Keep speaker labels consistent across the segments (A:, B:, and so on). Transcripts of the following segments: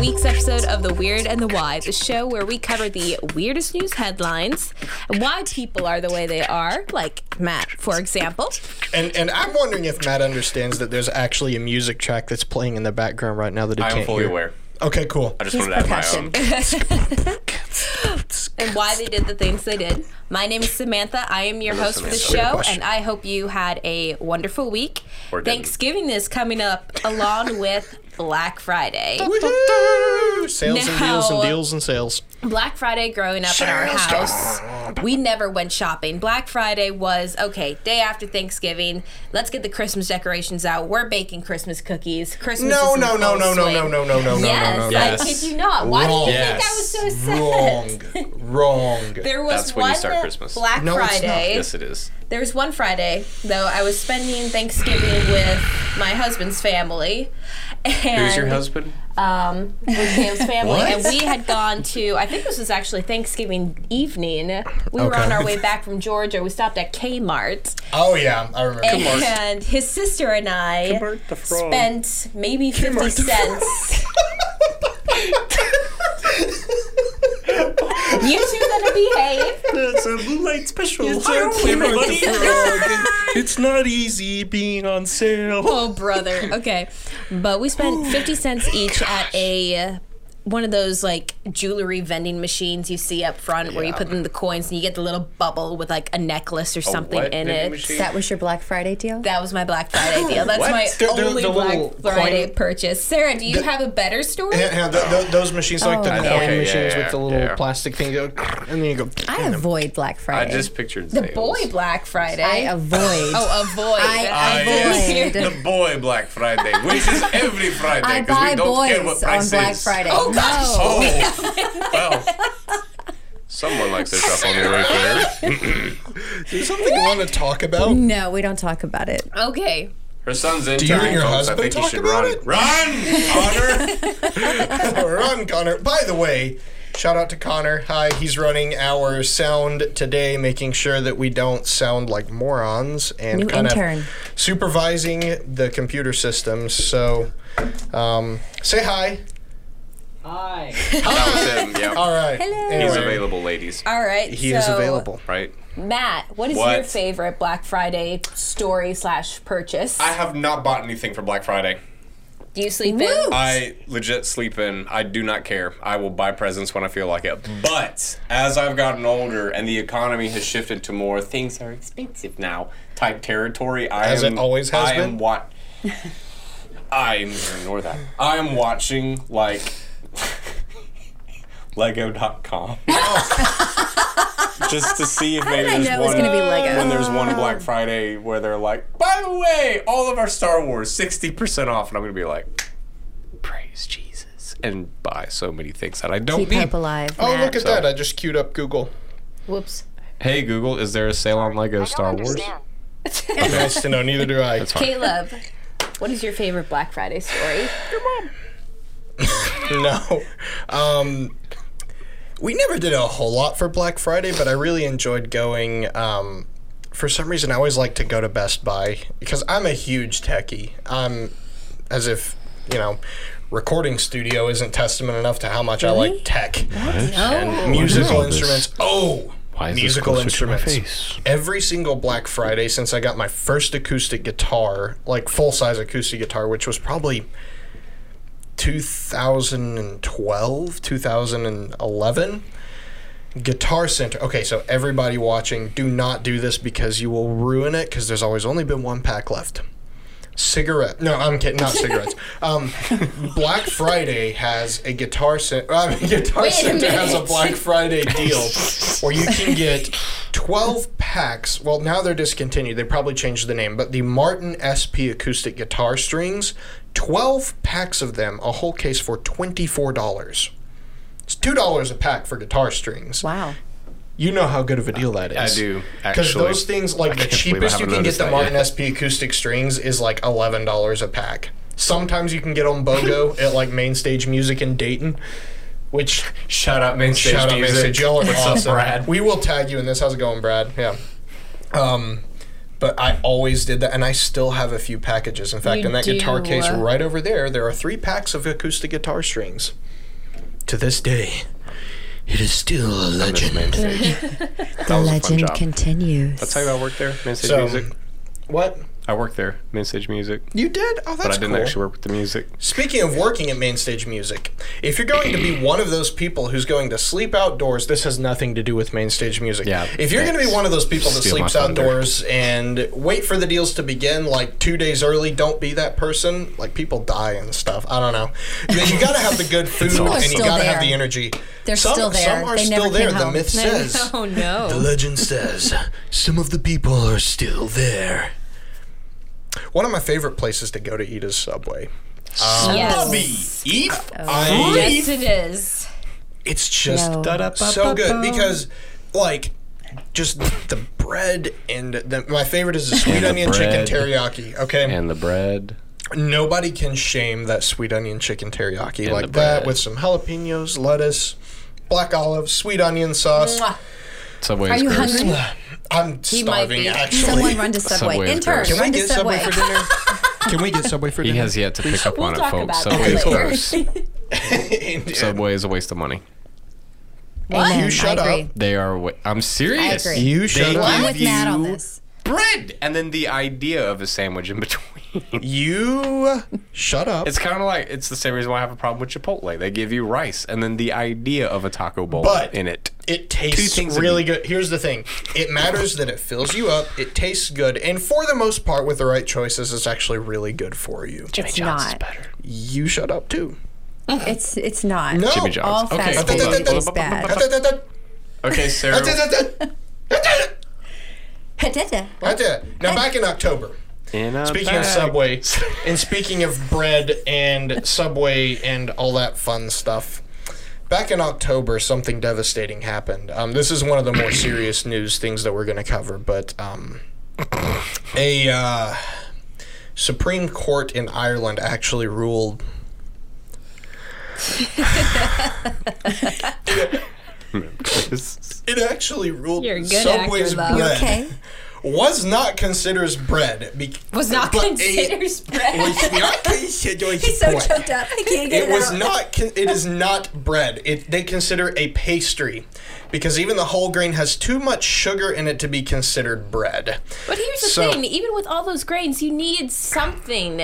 A: week's episode of The Weird and the Why, the show where we cover the weirdest news headlines, why people are the way they are, like Matt, for example.
B: And and I'm wondering if Matt understands that there's actually a music track that's playing in the background right now that he
C: I am
B: can't
C: fully
B: hear.
C: aware.
B: Okay, cool.
C: I just wanted to add my own.
A: and why they did the things they did. My name is Samantha. I am your
C: Hello,
A: host for the
C: Samantha.
A: show,
B: question.
A: and I hope you had a wonderful week.
C: Or didn't.
A: Thanksgiving is coming up along with Black Friday.
B: Woohoo! Sales and deals and
A: Now-
B: deals and sales.
A: Black Friday growing up in our house, we never went shopping. Black Friday was okay, day after Thanksgiving. Let's get the Christmas decorations out. We're baking Christmas cookies. Christmas
B: No,
A: is in
B: no, no,
A: full
B: no, no,
A: swing.
B: no, no, no, no, no,
A: Yes,
B: no, no.
C: Yes.
A: I kid you not. Why do you think I was so sad?
B: Wrong. Wrong.
A: There was
C: That's
A: one
C: when you start Christmas.
A: Black
B: No, it's not.
A: Friday.
C: Yes, it is.
A: There was one Friday though. I was spending Thanksgiving with my husband's family. And
C: Who's your husband?
A: um, with Cam's family,
C: What?
A: and we had gone to. I think this was actually Thanksgiving evening. We were
B: Okay.
A: on our way back from Georgia. We stopped at Kmart,
B: oh yeah, I remember.
A: and his sister and I
C: the frog.
A: spent maybe fifty cents. you two gonna behave?
C: That's a blue light special.
B: it's not easy being on sale.
A: Oh, brother. Okay. But we
B: Oh
A: spent 50 cents each at a uh, one of those like jewelry vending machines you see up front where you put in the coins and you get the little bubble with like a necklace or something
C: what
A: in
C: vending
A: it.
C: machine?
D: That was your Black Friday deal?
A: That was my Black Friday deal. That's
C: What?
A: my
B: They're- they're
A: only
B: the little
A: Black Friday
B: coin-
A: purchase. Sarah, do you have a better story?
B: Yeah, th- th- those machines like the
D: Oh,
B: coin
D: yeah.
C: Okay, yeah,
B: machines
C: yeah,
B: with the little
C: yeah.
B: plastic thing, go, and then you go.
D: I avoid Black
C: I
D: Friday.
C: just pictured
A: The
C: Zales.
A: boy Black Friday.
D: I avoid.
A: oh, avoid.
D: I
C: Ah, yes.
D: avoid.
C: The boy Black Friday, which is every Friday.
D: I
C: 'cause we
D: buy
C: don't care what
D: boys on
C: price
D: Black
C: is.
D: Friday.
A: Oh, gosh.
C: Oh, well. Someone likes their stuff on the right there.
B: Is something you want to talk about?
D: No, we don't talk about it.
A: okay.
C: Her son's in. Do
B: you and your husband
C: I think
B: talk
C: you should
B: about
C: run.
B: it?
C: Run!
B: Connor. Run, Connor. By the way, shout out to Connor. Hi, he's running our sound today, making sure that we don't sound like morons and
D: New
B: kind
D: intern.
B: of supervising the computer systems. So, um, say hi.
E: Hi.
C: that was him. Yeah.
B: All right.
C: He's
B: Anyway,
C: available, ladies.
A: All right.
B: He
A: so
B: is available.
C: Right.
A: Matt, what is your
C: What?
A: favorite Black Friday story slash purchase?
C: I have not bought anything for Black Friday.
A: do you sleep in?
D: Woo!
C: I legit sleep in. I do not care. I will buy presents when I feel like it. But as I've gotten older and the economy has shifted to more things are expensive now type territory, I
B: As it
C: am
B: always has
C: I
B: been?
C: Am wa- I am ignore that. I am watching like Lego.com just to see if maybe
D: I
C: there's
D: know it was
C: one
D: gonna be Lego.
C: when there's one Black Friday where they're like, by the way, all of our Star Wars sixty percent off, and I'm gonna be like, praise Jesus, and buy so many things that I don't
D: Keep
C: need.
D: hope alive.
B: Oh,
D: Matt.
B: look at that. I just queued up Google.
A: Whoops.
C: Hey Google, is there a sale on Lego Star Wars?
B: nice to know. Neither do I.
A: Caleb, what is your favorite Black Friday story?
B: no. Um, we never did a whole lot for Black Friday, but I really enjoyed going. Um, for some reason, I always like to go to Best Buy because I'm a huge techie. I'm as if you know, recording studio isn't testament enough to how much I like tech and musical instruments. Oh, musical instruments. Every single Black Friday since I got my first acoustic guitar, like full size acoustic guitar, which was probably 2012, 2011. Guitar Center. Okay, so everybody watching, do not do this because you will ruin it because there's always only been one pack left. Cigarette. No, I'm kidding. Not cigarettes. Um, Black Friday has a Guitar Center. I mean, Guitar
A: Wait a
B: Center has a
A: minute.
B: Black Friday deal where you can get 12 packs. Well, now they're discontinued. They probably changed the name, but the Martin SP acoustic guitar strings, 12 packs of them, a whole case for $24. It's $2 a pack for guitar strings.
D: Wow.
B: You know how good of a deal that is.
C: I do
B: Because
C: actually.
B: those things, like the
C: can't believe I
B: cheapest you can
C: haven't
B: get
C: noticed
B: the
C: that
B: Martin
C: yet.
B: SP acoustic strings is like eleven dollars a pack. Sometimes you can get on BOGO at like Main Stage Music in Dayton, which
C: Shut up, man.
B: shout out Main Stage. Y'all are awesome.
C: Brad?
B: We will tag you in this. How's it going, Brad? Yeah. Um, but I always did that, and I still have a few packages. In fact,
A: You
B: in that guitar
A: do,
B: case
A: uh,
B: right over there, there are three packs of acoustic guitar strings. to this day, it is still a legend.
C: That was a fun job.
D: continues.
C: That's how I worked there, Main Stage
B: So-
C: Music.
B: What?
C: I worked there, Main Stage Music,
B: You did? Oh, that's
C: but I didn't
B: cool.
C: actually work with the music.
B: Speaking of working at Main Stage Music, if you're going to be one of those people who's going to sleep outdoors, this has nothing to do with Main Stage Music.
C: Yeah,
B: If you're going to be
C: thanks.
B: one of those people that
C: Steal my
B: sleeps
C: thunder.
B: outdoors and wait for the deals to begin like two days early, don't be that person. Like people die and stuff. I don't know. But you got to have the good food
D: People are
B: and you
D: still
B: got to
D: there.
B: have the energy.
D: They're
B: some,
D: still there.
B: Some are
D: They
B: still there.
D: never came
B: The
D: home.
B: myth says.
A: Oh
B: The
A: no.
B: legend says some of the people are still there. One of my favorite places to go to eat is Subway.
A: Yes.
C: Eve?
B: I,
A: Yes, it is.
B: it's just
D: No.
B: so good because, like, just the bread and the, my favorite is the sweet
C: the
B: onion chicken
C: bread.
B: teriyaki. Okay,
C: And the bread.
B: nobody can shame that sweet onion chicken teriyaki
C: And the
B: like that
C: bread.
B: with some jalapenos, lettuce, black olives, sweet onion sauce.
A: Mwah.
C: Subway
D: Are
C: is
D: you
C: gross.
D: hungry?
B: I'm starving
A: be.
B: actually.
D: Someone run to Subway.
C: Subway is
D: Intern,
C: gross.
B: Can
D: run
B: we
D: to
B: get Subway
D: Subway.
B: for dinner? Can we get Subway for
C: He
B: dinner?
C: has yet to pick up
A: We'll
C: on it,
A: talk
C: folks.
A: about that
C: Subway is
A: later.
C: gross. Subway is a waste of money.
D: Amen.
B: You shut
D: I
B: up.
D: agree.
C: They are. Wa- I'm serious.
D: I agree.
B: You
C: They
B: shut up.
C: give
D: I'm with Matt on
C: you
D: this.
C: Bread, and then the idea of a sandwich in between.
B: You shut up.
C: It's kind of like it's the same reason why I have a problem with Chipotle. They give you rice, and then the idea of a taco bowl
B: But-
C: in it.
B: It tastes
C: Two things
B: really
C: in-
B: good. Here's the thing: it matters that it fills you up. It tastes good, and for the most part, with the right choices, it's actually really good for you.
C: Jimmy
D: It's
C: John's is
D: not.
C: better.
B: You shut up too.
D: It's it's not.
B: No.
C: Jimmy John's.
D: All
C: okay, hold
D: fast
B: food
C: on, hold
D: is
C: on,
D: bad.
C: hold on, hold on. Okay, Sarah.
B: Now back in October. Speaking of Subway, and speaking of bread and Subway and all that fun stuff, back in October, something devastating happened. Um, this is one of the more serious news things that we're going to cover, but um, a uh, Supreme Court in Ireland actually ruled. It actually ruled
A: You're a good actor,
B: Subway's
A: though.
D: You
B: bread
D: okay?
B: was not considered as bread. Be-
A: Was not
B: but
A: considered
B: it
A: spread.
B: was not considered
D: He's so
B: bread.
D: choked up. I can't get it,
B: It was
D: out.
B: not. con- It is not bread. It, they consider a pastry, because even the whole grain has too much sugar in it to be considered bread.
A: But here's the
B: So-
A: thing: even with all those grains, you need something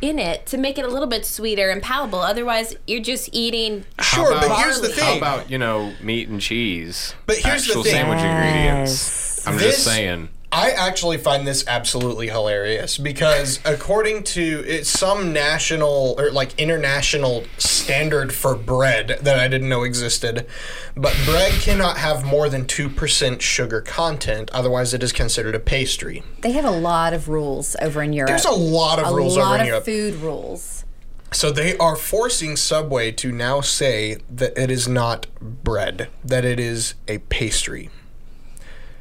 A: in it to make it a little bit sweeter and palatable. Otherwise, you're just eating.
B: Sure,
C: about-
B: but here's the
A: Barley.
B: thing.
C: How about you know meat and cheese?
B: But here's the
C: actual
B: thing.
C: sandwich
D: Yes.
C: ingredients. I'm
B: This-
C: just saying.
B: I actually find this absolutely hilarious because according to it's some national or like international standard for bread that I didn't know existed, but bread cannot have more than 2% sugar content otherwise it is considered a pastry.
D: They have a lot of rules over in Europe.
B: There's a lot of
D: a
B: rules
D: lot
B: over in
D: of
B: Europe.
D: food rules.
B: So they are forcing Subway to now say that it is not bread, that it is a pastry.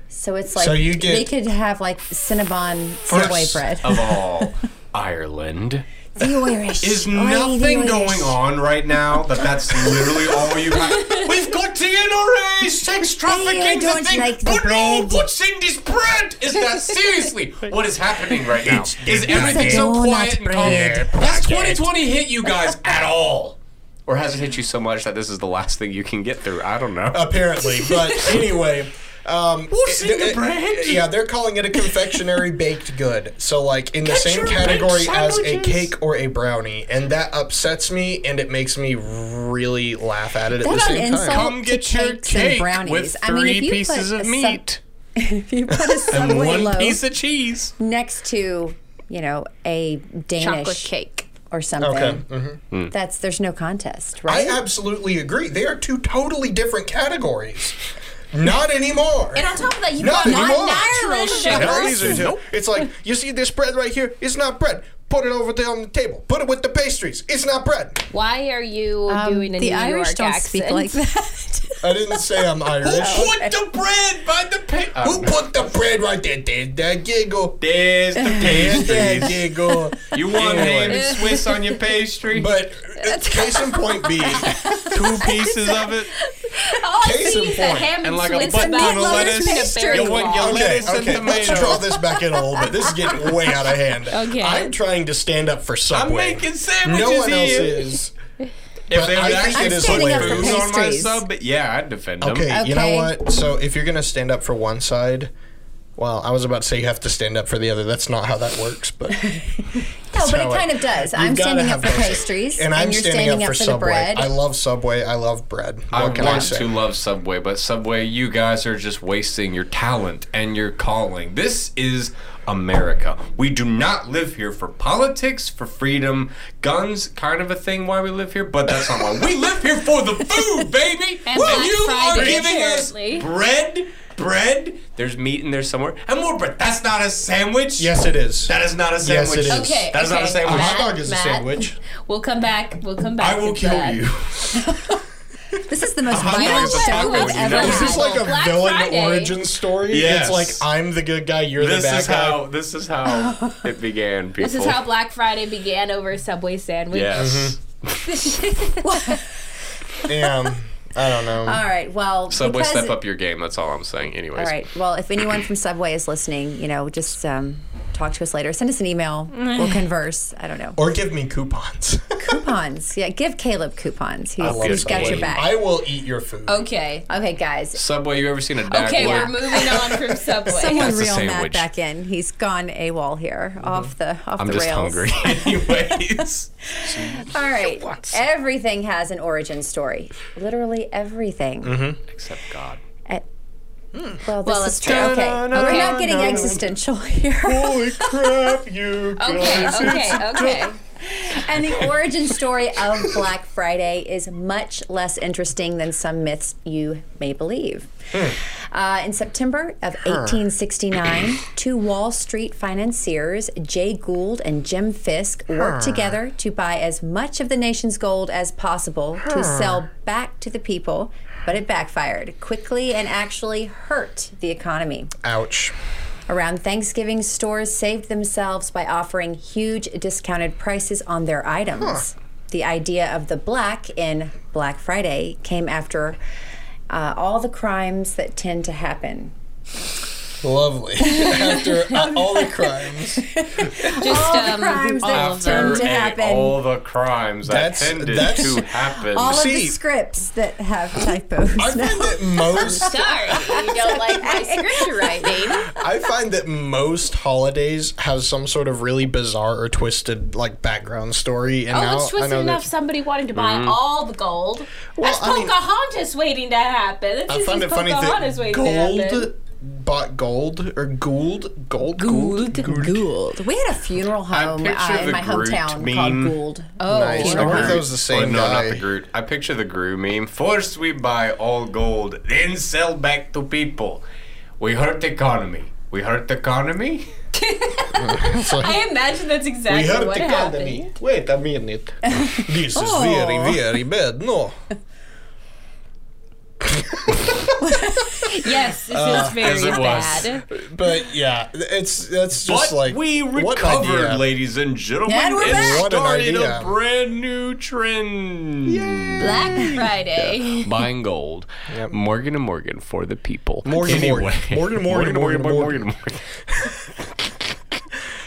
D: So it's like
B: So you get- uh,
D: they could have like Cinnabon Subway
B: Yes.
D: bread.
C: of all Ireland.
D: The Irish.
C: Is
D: Why the
C: nothing
D: Irish?
C: going on right now that that's literally all you have? We've got TNRA, sex trafficking, the
D: don't
C: thing,
D: like the
C: but no,
D: bread.
C: what's in this bread? Is that seriously what is happening right now? Is everything
D: a
C: so
D: donut
C: quiet and calm?
D: bread.
C: Has 2020 hit you guys at all? Or has it hit you so much that this is the last thing you can get through? I don't know.
B: apparently. But anyway, um,
C: Uh, What's
D: Uh,
B: it-
C: in the
B: it-
C: bread?
B: Yeah, they're calling it a confectionery baked good. So like in the
C: Get
B: same
C: your
B: category
C: baked
B: as a
C: sandwiches.
B: cake or a brownie, and that upsets me, and it makes me really laugh at it at the
D: That an
B: same
D: insult
B: time.
C: Come get
D: to
C: your
D: cakes and
C: cake
D: brownies.
C: with
D: I mean, if
C: three
D: you put
C: pieces
D: a
C: of
D: sub-
C: meat
D: If you put a
C: and
D: Subway
C: one
D: loaf
C: piece of cheese.
D: next to, you know, a Danish
A: Chocolate cake.
D: or something,
B: Okay. mm-hmm.
C: Hmm.
D: that's there's no contest,
B: I
D: right?
B: absolutely agree. They are two totally different categories. Not anymore.
A: And on top of that, you got
B: Not anymore.
A: non-natural
B: No,
A: sugars.
B: these are two. It's like you see this bread right here. It's not bread. Put it over there on the table. Put it with the pastries. It's not bread.
A: Why are you doing a
D: Um, the
A: New
D: Irish
A: York
D: don't
A: accent?
D: speak like that.
B: I didn't say I'm Irish.
C: Put the bread by the pig.
B: Who put the bread right there? There's that giggle.
C: There's the
B: There's that
C: pastries.
B: giggle.
C: you want
B: Anyway.
C: ham and Swiss on your pastry?
B: But uh, case in point being,
C: Two pieces of it
A: All I
B: Case
A: see
B: in
A: is the
B: point.
A: ham
C: and
A: and
C: like a
A: Swiss
C: button
A: about
C: of
D: meatloaf
A: lettuce and a
C: lettuce.
D: pastry.
A: berry
C: You want your
A: wall.
C: lettuce and
B: okay, let's
C: tomato.
B: draw this back in a little bit. This is getting way out of hand.
A: Okay.
B: I'm trying to stand up for
C: I'm
B: Subway.
C: making sandwiches
B: no one
C: here.
B: else is. If they would
C: I
B: actually
C: think
B: it is
D: standing up for
B: hilarious.
C: Food on my
D: pastries.
C: sub, but yeah, I'd defend them.
B: Okay, you know
D: Okay.
B: what? So if you're gonna stand up for one side, well, I was about to say you have to stand up for the other. That's not how that works, but
D: No, but
B: how
D: it
B: I-
D: kind of does.
B: You've
D: I'm
B: gotta
D: standing
B: have
D: up for
B: both.
D: pastries,
B: and I'm
D: you're
B: standing, up for,
D: the
B: Subway.
D: bread.
B: I love Subway. I love bread. What
C: I
B: can I
C: want
B: say?
C: to love Subway, but Subway, you guys are just wasting your talent and your calling. This is America. We do not live here for politics, for freedom, guns, kind of a thing why we live here, but that's not why. We live here for the food, baby!
A: And Black
C: you are
A: Friday,
C: giving us
A: apparently.
C: bread, bread, there's meat in there somewhere, and more bread. That's not a sandwich.
B: Yes, it is.
C: That is not a
B: Yes,
C: sandwich.
B: it is.
A: Okay,
C: That is not a
A: okay.
C: sandwich.
B: a
A: Matt,
B: hot dog is
A: Matt.
B: a sandwich.
A: We'll come back. We'll come back.
C: I will
A: to
C: kill
A: that.
C: you.
D: this is the most
C: hot dog
D: violent
C: is a taco
D: show
C: when
D: we've
C: you
D: ever
C: know.
B: Is
D: had.
B: this like a
A: Black
B: villain
A: Friday.
B: origin story?
C: Yes.
B: It's like I'm the good guy, you're
C: This
B: the bad
C: is
B: guy.
C: how this is how it began, people.
A: This is how Black Friday began over a Subway sandwich.
C: Yes.
B: Mm-hmm. Damn. I don't know.
D: All right, well,
C: Subway,
D: because-
C: step up your game. That's all I'm saying. Anyways.
D: All right, well, if anyone from Subway is listening, you know, just um, talk to us later. Send us an email. We'll converse. I don't know.
B: Or give me coupons.
D: coupons. Yeah, give Caleb coupons. He's,
B: love
D: he's got
B: Subway.
D: your back.
B: I will eat your food.
A: Okay.
D: Okay, guys.
C: Subway, you ever seen a
A: Okay,
C: dagger?
A: we're moving on from Subway.
D: Someone
C: That's a
D: reel Matt
C: sandwich. Mm-hmm.
D: back in. He's gone AWOL here, off the off
C: I'm
D: the
C: just
D: rails.
C: hungry. Anyways.
D: All right, everything has an origin story. Literally everything.
C: Mm-hmm.
B: Mm-hmm.
C: Except God.
D: Well, this
A: Well,
D: is
A: it's
D: true.
A: true.
D: Okay,
A: no,
D: we're
A: no,
D: not getting
A: no.
D: existential here.
B: Holy crap, you
A: okay,
B: guys.
A: okay, okay.
D: and the origin story of Black Friday is much less interesting than some myths you may believe. Uh, in September of 1869, two Wall Street financiers, Jay Gould and Jim Fisk, worked together to buy as much of the nation's gold as possible to sell back to the people, but it backfired quickly and actually hurt the economy.
B: Ouch.
D: Around Thanksgiving, stores saved themselves by offering huge discounted prices on their items. The idea of the black in Black Friday came after uh, all the crimes that tend to happen.
B: Lovely. After uh, all the crimes.
A: Just
D: All the
A: um,
D: crimes that
A: all of them.
D: turned
C: After
D: to
C: a-
D: happen.
C: all the crimes that
B: That's-
C: tended
B: that's-
C: to happen.
D: All of
B: See-
D: the scripts that have typos.
B: I find that most
A: Sorry, you don't like my scripture writing.
B: I find that most holidays have some sort of really bizarre or twisted like background story and
A: Oh,
B: now
A: it's twisted
B: I know
A: enough.
B: that Mm-hmm.
A: Somebody wanted to buy all the gold. That's
B: I mean-
A: Pocahontas waiting to happen. This
B: I
A: is
B: find it funny
A: Pocahontas
B: that
A: waiting to happen.
B: gold bought gold or Gould gold gold
D: Gould. We had a funeral home uh,
C: picture
D: in
C: the
D: my
C: Groot
D: hometown
C: meme.
D: called Gould.
A: Oh,
B: Nice. I wonder if that was the
C: Or
B: same
C: no,
B: guy.
C: not the Groot. I picture the Groot meme. First we buy all gold, then sell back to people. We hurt the economy. We hurt the economy?
A: I imagine that's
B: We
A: exactly
B: heard
A: what
B: the
A: happened.
B: academy. Wait a minute. This is
D: Oh.
B: very very bad. No.
A: Yes, this
B: Uh,
A: is
C: as
A: very
C: it was.
A: bad.
B: But yeah, it's that's just
C: but
B: like
C: we
B: what
C: recovered,
B: idea.
C: ladies and gentlemen,
D: And we're back.
B: What an
C: started a
B: idea.
C: brand new trend.
A: Black Friday.
C: Buying gold, Morgan and Morgan for the people.
B: Morgan, Morgan. Morgan, Morgan, Morgan, Morgan.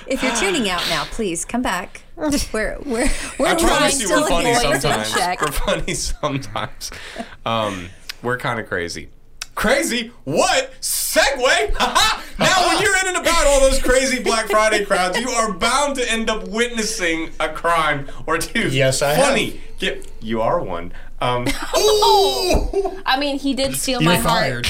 D: If you're tuning out now, please come back. We're we're we're
C: I
D: trying
C: promise you,
D: to
C: we're funny
D: avoid the
C: sometimes.
D: check.
C: We're funny sometimes. Um, we're kind of crazy. Crazy? What? Segway? Haha! now, when you're in and about all those crazy Black Friday crowds, you are bound to end up witnessing a crime or two.
B: Yes, I have.
C: Funny. Get, you are one. Um, ooh!
A: I mean, he did steal my
B: You're
A: heart.
B: fired.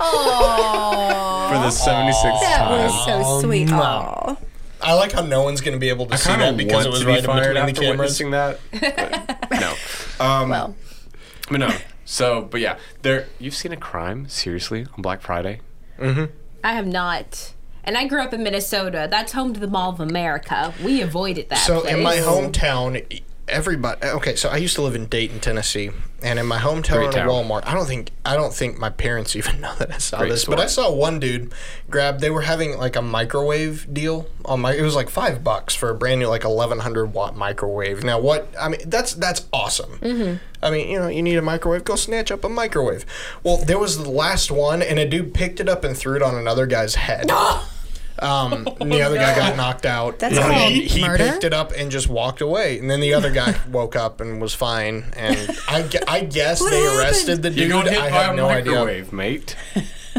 D: Oh,
C: for the 76th
D: that
C: time.
D: was so sweet. Oh,
B: I like how no one's gonna be able to see that because it was right in between the cameras.
C: that. but no, Um,
D: well,
C: but no. So, but yeah, there. You've seen a crime seriously on Black Friday?
A: I have not. And I grew up in Minnesota. That's home to the Mall of America. We avoided that.
B: So in my
A: place.
B: hometown, e, everybody. Okay, so I used to live in Dayton, Tennessee, and in my hometown,
C: Great
B: at a
C: town.
B: Walmart. I don't think I don't think my parents even know that I saw
C: Great
B: this, but
C: store.
B: I saw one dude grab. They were having like a microwave deal on my. It was like five bucks for a brand new like eleven hundred watt microwave. Now what? I mean, that's that's awesome.
D: Mm-hmm.
B: I mean, you know, you need a microwave. Go snatch up a microwave. Well, there was the last one, and a dude picked it up and threw it on another guy's head. Um, and the other guy got knocked out.
D: That's
B: and
D: called
B: he, he
D: murder?
B: picked it up and just walked away. And then the other guy woke up and was fine. And I, gu- I guess they arrested the
C: You
B: dude.
C: got hit
B: I
C: by
B: have
C: a
B: no idea.
C: microwave, mate.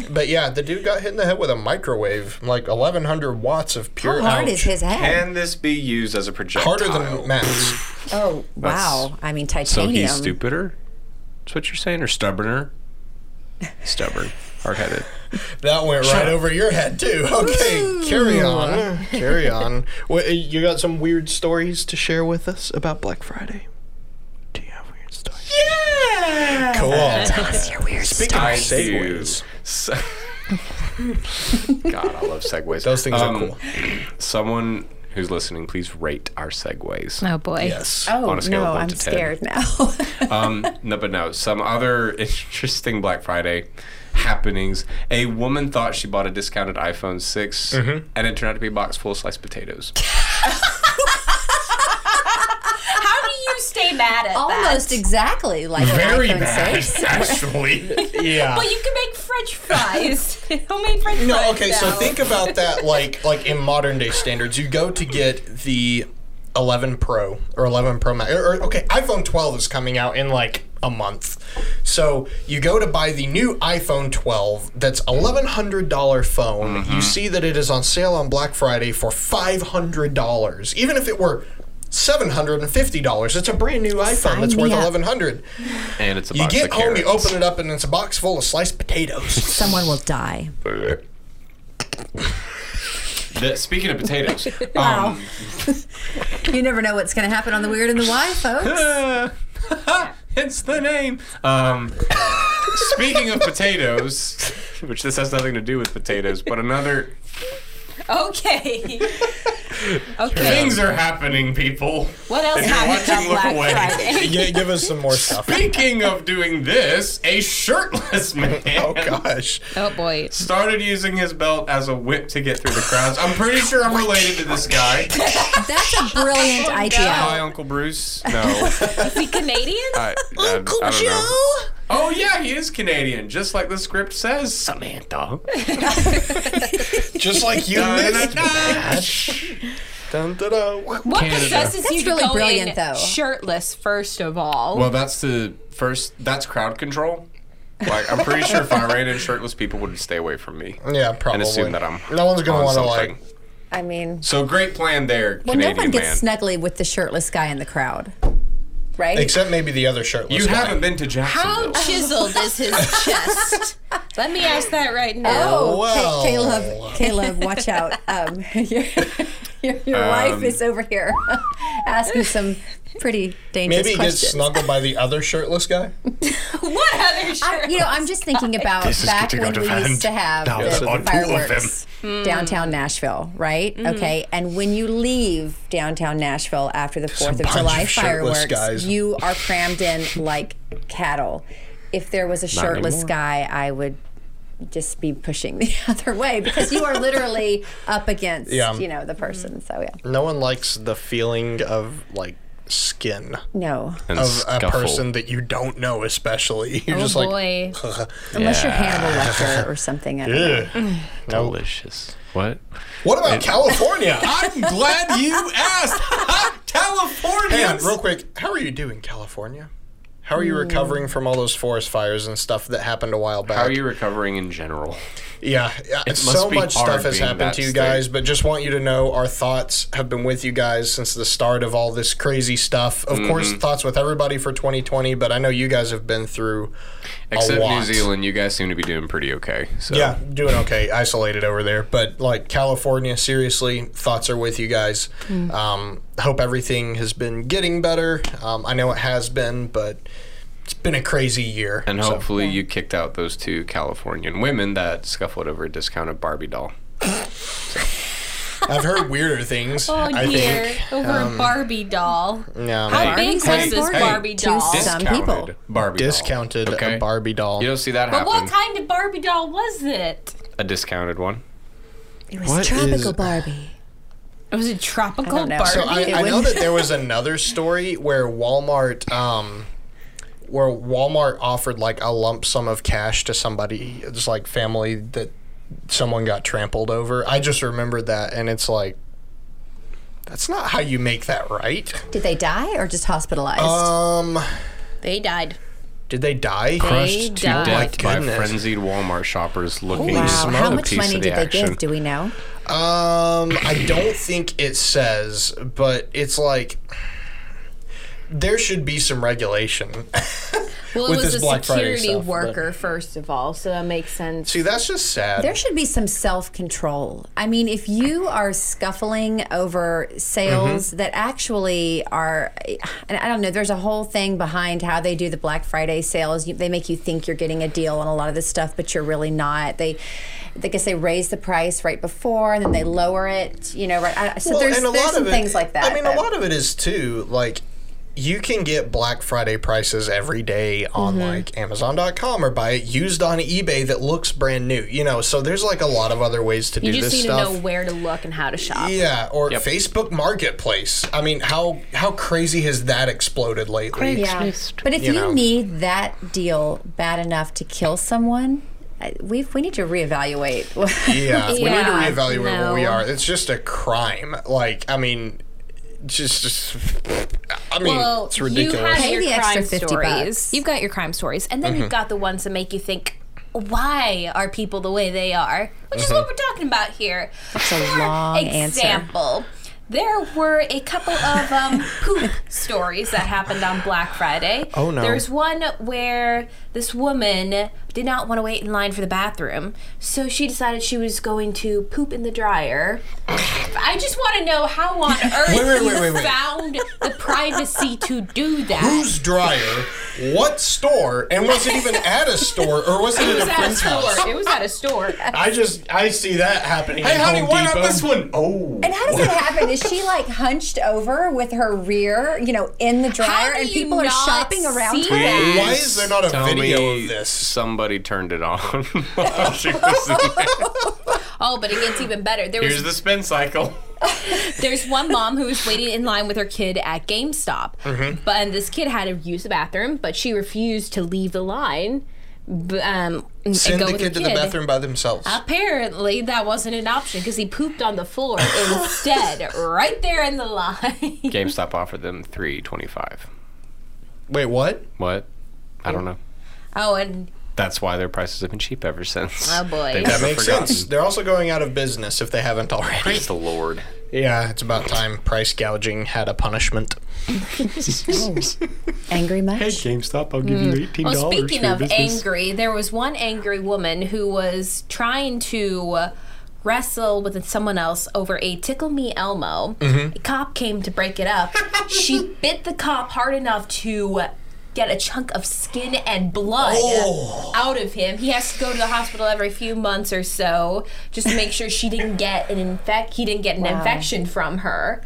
B: But yeah, the dude got hit in the head with a microwave, like 1,100 watts of pure.
D: How hard
B: ouch.
D: is his head?
C: Can this be used as a projectile?
B: Harder than Matt's.
D: Oh, wow. I mean,
C: So
D: titanium.
C: he's stupider? That's what you're saying? Or stubborner? Stubborn. Hard headed.
B: That went right over your head too. Okay, carry on, carry on. Wha- you got some weird stories to share with us about Black Friday? Do you have weird stories? Yeah. Cool. Speaking of
C: I
B: segues,
C: do. So- God, I love segues.
B: those things
C: Um,
B: are cool.
C: Someone who's listening, please rate our segues.
A: Oh boy.
B: Yes.
D: Oh,
C: on a scale of
D: no,
C: one
D: I'm
C: to 10.
D: scared now.
C: Um, no, but no. Some other interesting Black Friday happenings. A woman thought she bought a discounted iPhone 6,
B: Mm-hmm.
C: and it turned out to be a box full of sliced potatoes.
A: How do you stay mad at
D: Almost
A: that?
D: exactly like an iPhone six.
C: actually.
B: Yeah.
A: Well, you can make French fries. Homemade French fries.
B: No, okay, so
A: now.
B: think about that like like in modern day standards. You go to get the 11 Pro or 11 Pro Max. Or, or- okay, iPhone 12 is coming out in like a month. So you go to buy the new iPhone 12 that's $1100 phone. You see that it is on sale on Black Friday for $500. Even if it were $750. It's a brand new iPhone that's
D: me
B: worth
D: up.
B: 1100.
C: And it's a
B: You
C: box
B: get
C: of
B: home, you
C: carrots.
B: open it up and it's a box full of sliced potatoes.
D: Someone will die.
C: The- speaking of potatoes, um,
D: You never know what's going to happen on the Weird and the Why, folks.
C: Uh, it's the name. Um, speaking of potatoes, which this has nothing to do with potatoes, but another
A: Okay. okay.
C: things are happening, people.
A: What else happened
C: watching,
A: on
C: look
A: Black
C: away.
A: Friday?
B: Yeah, give us some more stuff.
C: Speaking of doing this, a shirtless man
B: Oh gosh.
A: Oh boy.
C: started using his belt as a whip to get through the crowds. I'm pretty sure I'm related to this guy.
D: That's a
C: Oh,
D: brilliant idea.
C: Hi, Uncle Bruce. No,
A: Is he Canadian?
C: I, I, I don't know. Oh yeah, he is Canadian, just like the script says, Uh, Samantha.
B: Just like you missed. Dun, dun, dun.
A: What
C: Canada.
A: possesses you
D: That's
A: to
D: really
A: go
D: brilliant,
A: in
D: though.
A: shirtless, first of all?
C: Well, that's the first. That's crowd control. Like, I'm pretty sure if I ran in shirtless, people would stay away from me
B: Yeah, probably.
C: and assume that I'm.
B: No one's gonna
C: on
B: want to
C: something.
B: like.
D: I mean,
C: So great plan there,
D: well,
C: Canadian
D: no one
C: man.
D: gets snuggly with the shirtless guy in the crowd, right?
B: Except maybe the other shirtless.
C: you
B: guy.
C: haven't been to
A: How
C: Jacksonville.
A: chiseled is his chest? Let me ask that right now.
D: Oh,
B: Well.
D: Ca- Caleb, Caleb, watch out. Um, your your,
B: Um,
D: your wife is over here asking some pretty dangerous
B: Maybe he gets
D: questions.
B: snuggled by the other shirtless guy.
A: What other shirt?
D: you know, I'm just thinking about
F: is
D: back
F: getting
D: when
F: out
D: we
F: of hand.
D: used to have
F: Now there's
D: the
F: about two of
D: fireworks downtown Nashville, right? Okay, and when you leave downtown Nashville after the Fourth of
B: bunch
D: July
B: of shirtless
D: fireworks,
B: guys.
D: you are crammed in like cattle. If there was a shirtless
C: anymore.
D: guy, I would just be pushing the other way because you are literally up against,
B: Yeah.
D: you know, the person. So yeah,
B: No one likes the feeling of like skin
D: no,
C: And
B: of a
C: scuffle.
B: person that you don't know, especially. You're just like,
A: Oh, boy.
D: unless you're Hannibal Lecter or something. I don't know.
B: "Ugh, no.
C: Delicious. What?
B: What about California?
C: I'm glad you asked.
B: Hang
C: California.
B: on, real quick. How are you doing, California? How are you recovering from all those forest fires and stuff that happened a while back?
C: How are you recovering in general?
B: Yeah, yeah,
C: It
B: so
C: must be
B: much
C: hard
B: stuff has
C: being
B: happened
C: that
B: to you
C: state.
B: guys, but just want you to know our thoughts have been with you guys since the start of all this crazy stuff. Of course,
C: Mm-hmm.
B: thoughts with everybody for 2020, but I know you guys have been through
C: Except
B: a lot.
C: New Zealand, you guys seem to be doing pretty okay. So
B: Yeah, doing okay, isolated over there, but like California, seriously, thoughts are with you guys.
A: Mm.
B: Um, hope everything has been getting better. Um, I know it has been, but it's been a crazy year.
C: And
B: so-
C: hopefully you kicked out those two Californian women that scuffled over a discounted Barbie doll.
B: I've heard weirder things.
A: Oh
B: I
A: dear.
B: think. um,
A: Over a Barbie doll.
B: Yeah,
A: How
C: Hey,
A: big
D: hey,
A: was this
D: hey,
A: Barbie
D: two
A: doll?
D: Some
C: Discounted
D: people.
C: Barbie doll.
B: discounted
C: Okay.
B: a Barbie doll.
C: You don't see that
A: But what
C: happen.
A: kind of Barbie doll was it?
C: A discounted one.
D: It was
B: What
D: tropical
B: is-
D: Barbie.
A: It was a tropical
D: I don't know.
A: Barbie.
B: So
D: Maybe it
B: I, I know
D: wouldn't.
B: that there was another story where Walmart, um, where Walmart offered like a lump sum of cash to somebody, just like family that someone got trampled over. I just remembered that, and it's like, that's not how you make that right.
D: Did they die or just hospitalized?
C: Uh,
B: Um,
A: They died.
B: did they die?
C: Crushed to
A: died.
C: death by
B: Oh Goodness.
C: frenzied Walmart shoppers looking
D: wow.
C: at
D: How
C: a
D: much
C: piece
D: money
C: of the
D: did they
C: action.
D: give? Do we know?
B: Um, I don't think it says, but it's like there should be some regulation.
A: Well,
B: With
A: it was
B: this
A: a
B: Black Friday
A: security
B: stuff, but-
A: worker first of all, so that makes sense.
B: See, that's just sad.
D: There should be some self control. I mean, if you are scuffling over sales
C: Mm-hmm.
D: that actually are, and I don't know, there's a whole thing behind how they do the Black Friday sales. You, they make you think you're getting a deal on a lot of this stuff, but you're really not. They, I guess they raise the price right before and then they lower it, you know, right? I, so there's, there's some
B: it-
D: things like that.
B: I mean, a lot of it is too like you can get Black Friday prices every day on
D: Mm-hmm.
B: like Amazon.com or buy it used on eBay that looks brand new. You know, so there's like a lot of other ways to
A: you
B: do
A: just
B: this
A: need
B: stuff.
A: to know where to look and how to shop.
B: yeah, or Facebook Marketplace. I mean, how how crazy has that exploded lately?
D: Yeah. But if you,
B: You know.
D: need that deal bad enough to kill someone, I- we we need to reevaluate.
B: Yeah, we need to
A: Yeah,
B: reevaluate where we
A: no.
B: are. It's just a crime. Like, I mean, just, just I mean,
A: Well,
B: it's ridiculous.
A: You
D: Pay
A: have
D: the
A: your
D: extra
A: crime
D: 50
A: stories.
D: bucks.
A: You've got your crime stories, and
B: Mm-hmm.
A: then you've got the ones that make you think, why are people the way they are? Which is
B: Mm-hmm.
A: what we're talking about here. That's
D: a long answer.
A: example. There were a couple of um, poop stories that happened on Black Friday.
B: Oh, no.
A: There's one where this woman did not want to wait in line for the bathroom, so she decided she was going to poop in the dryer. I just want to know how on earth
B: Wait, wait,
A: you
B: wait, wait, wait.
A: found the privacy to do that.
B: Whose dryer? What store? And was it even at a store or was it,
A: it
B: at
A: was
B: a
A: at a
B: friend's house?
A: store. It was at a store.
B: I just I see that happening.
C: Hey,
B: at
C: honey,
B: Home
C: why not
B: Depot.
C: this one? Oh.
D: And how does it happen? Is she like hunched over with her rear, you know, in the dryer,
A: do
D: and
A: you
D: people are
A: not
D: shopping around
A: see
D: her?
A: that?
B: Why is there not a
C: Tell
B: video
C: me
B: of this?
C: Somebody turned it on. while she was in there.
A: Oh, but it gets even better. There
C: Here's
A: was
C: the spin cycle.
A: there's one mom who was waiting in line with her kid at GameStop, but and this kid had to use the bathroom, but she refused to leave the line. b- Um, and
B: Send
A: go
B: the
A: with
B: kid
A: her
B: to the bathroom by themselves.
A: Apparently, that wasn't an option because he pooped on the floor instead, right there in the line.
C: GameStop offered them three twenty-five.
B: Wait, what?
C: What? I don't know.
A: Oh, and
C: That's why their prices have been cheap ever since.
A: Oh, boy.
C: They've
A: That
B: That
C: never
B: makes
C: forgotten.
B: sense. They're also going out of business if they haven't already.
C: Praise the Lord.
B: Yeah, it's about time price gouging had a punishment.
D: Angry much?
C: GameStop, I'll give you eighteen
A: Well, speaking of angry, there was one angry woman who was trying to wrestle with someone else over a tickle me Elmo.
C: Mm-hmm.
A: A cop came to break it up. she bit the cop hard enough to get a chunk of skin and blood
C: Oh.
A: out of him. He has to go to the hospital every few months or so just to make sure she didn't get an infect he didn't get an infection from her.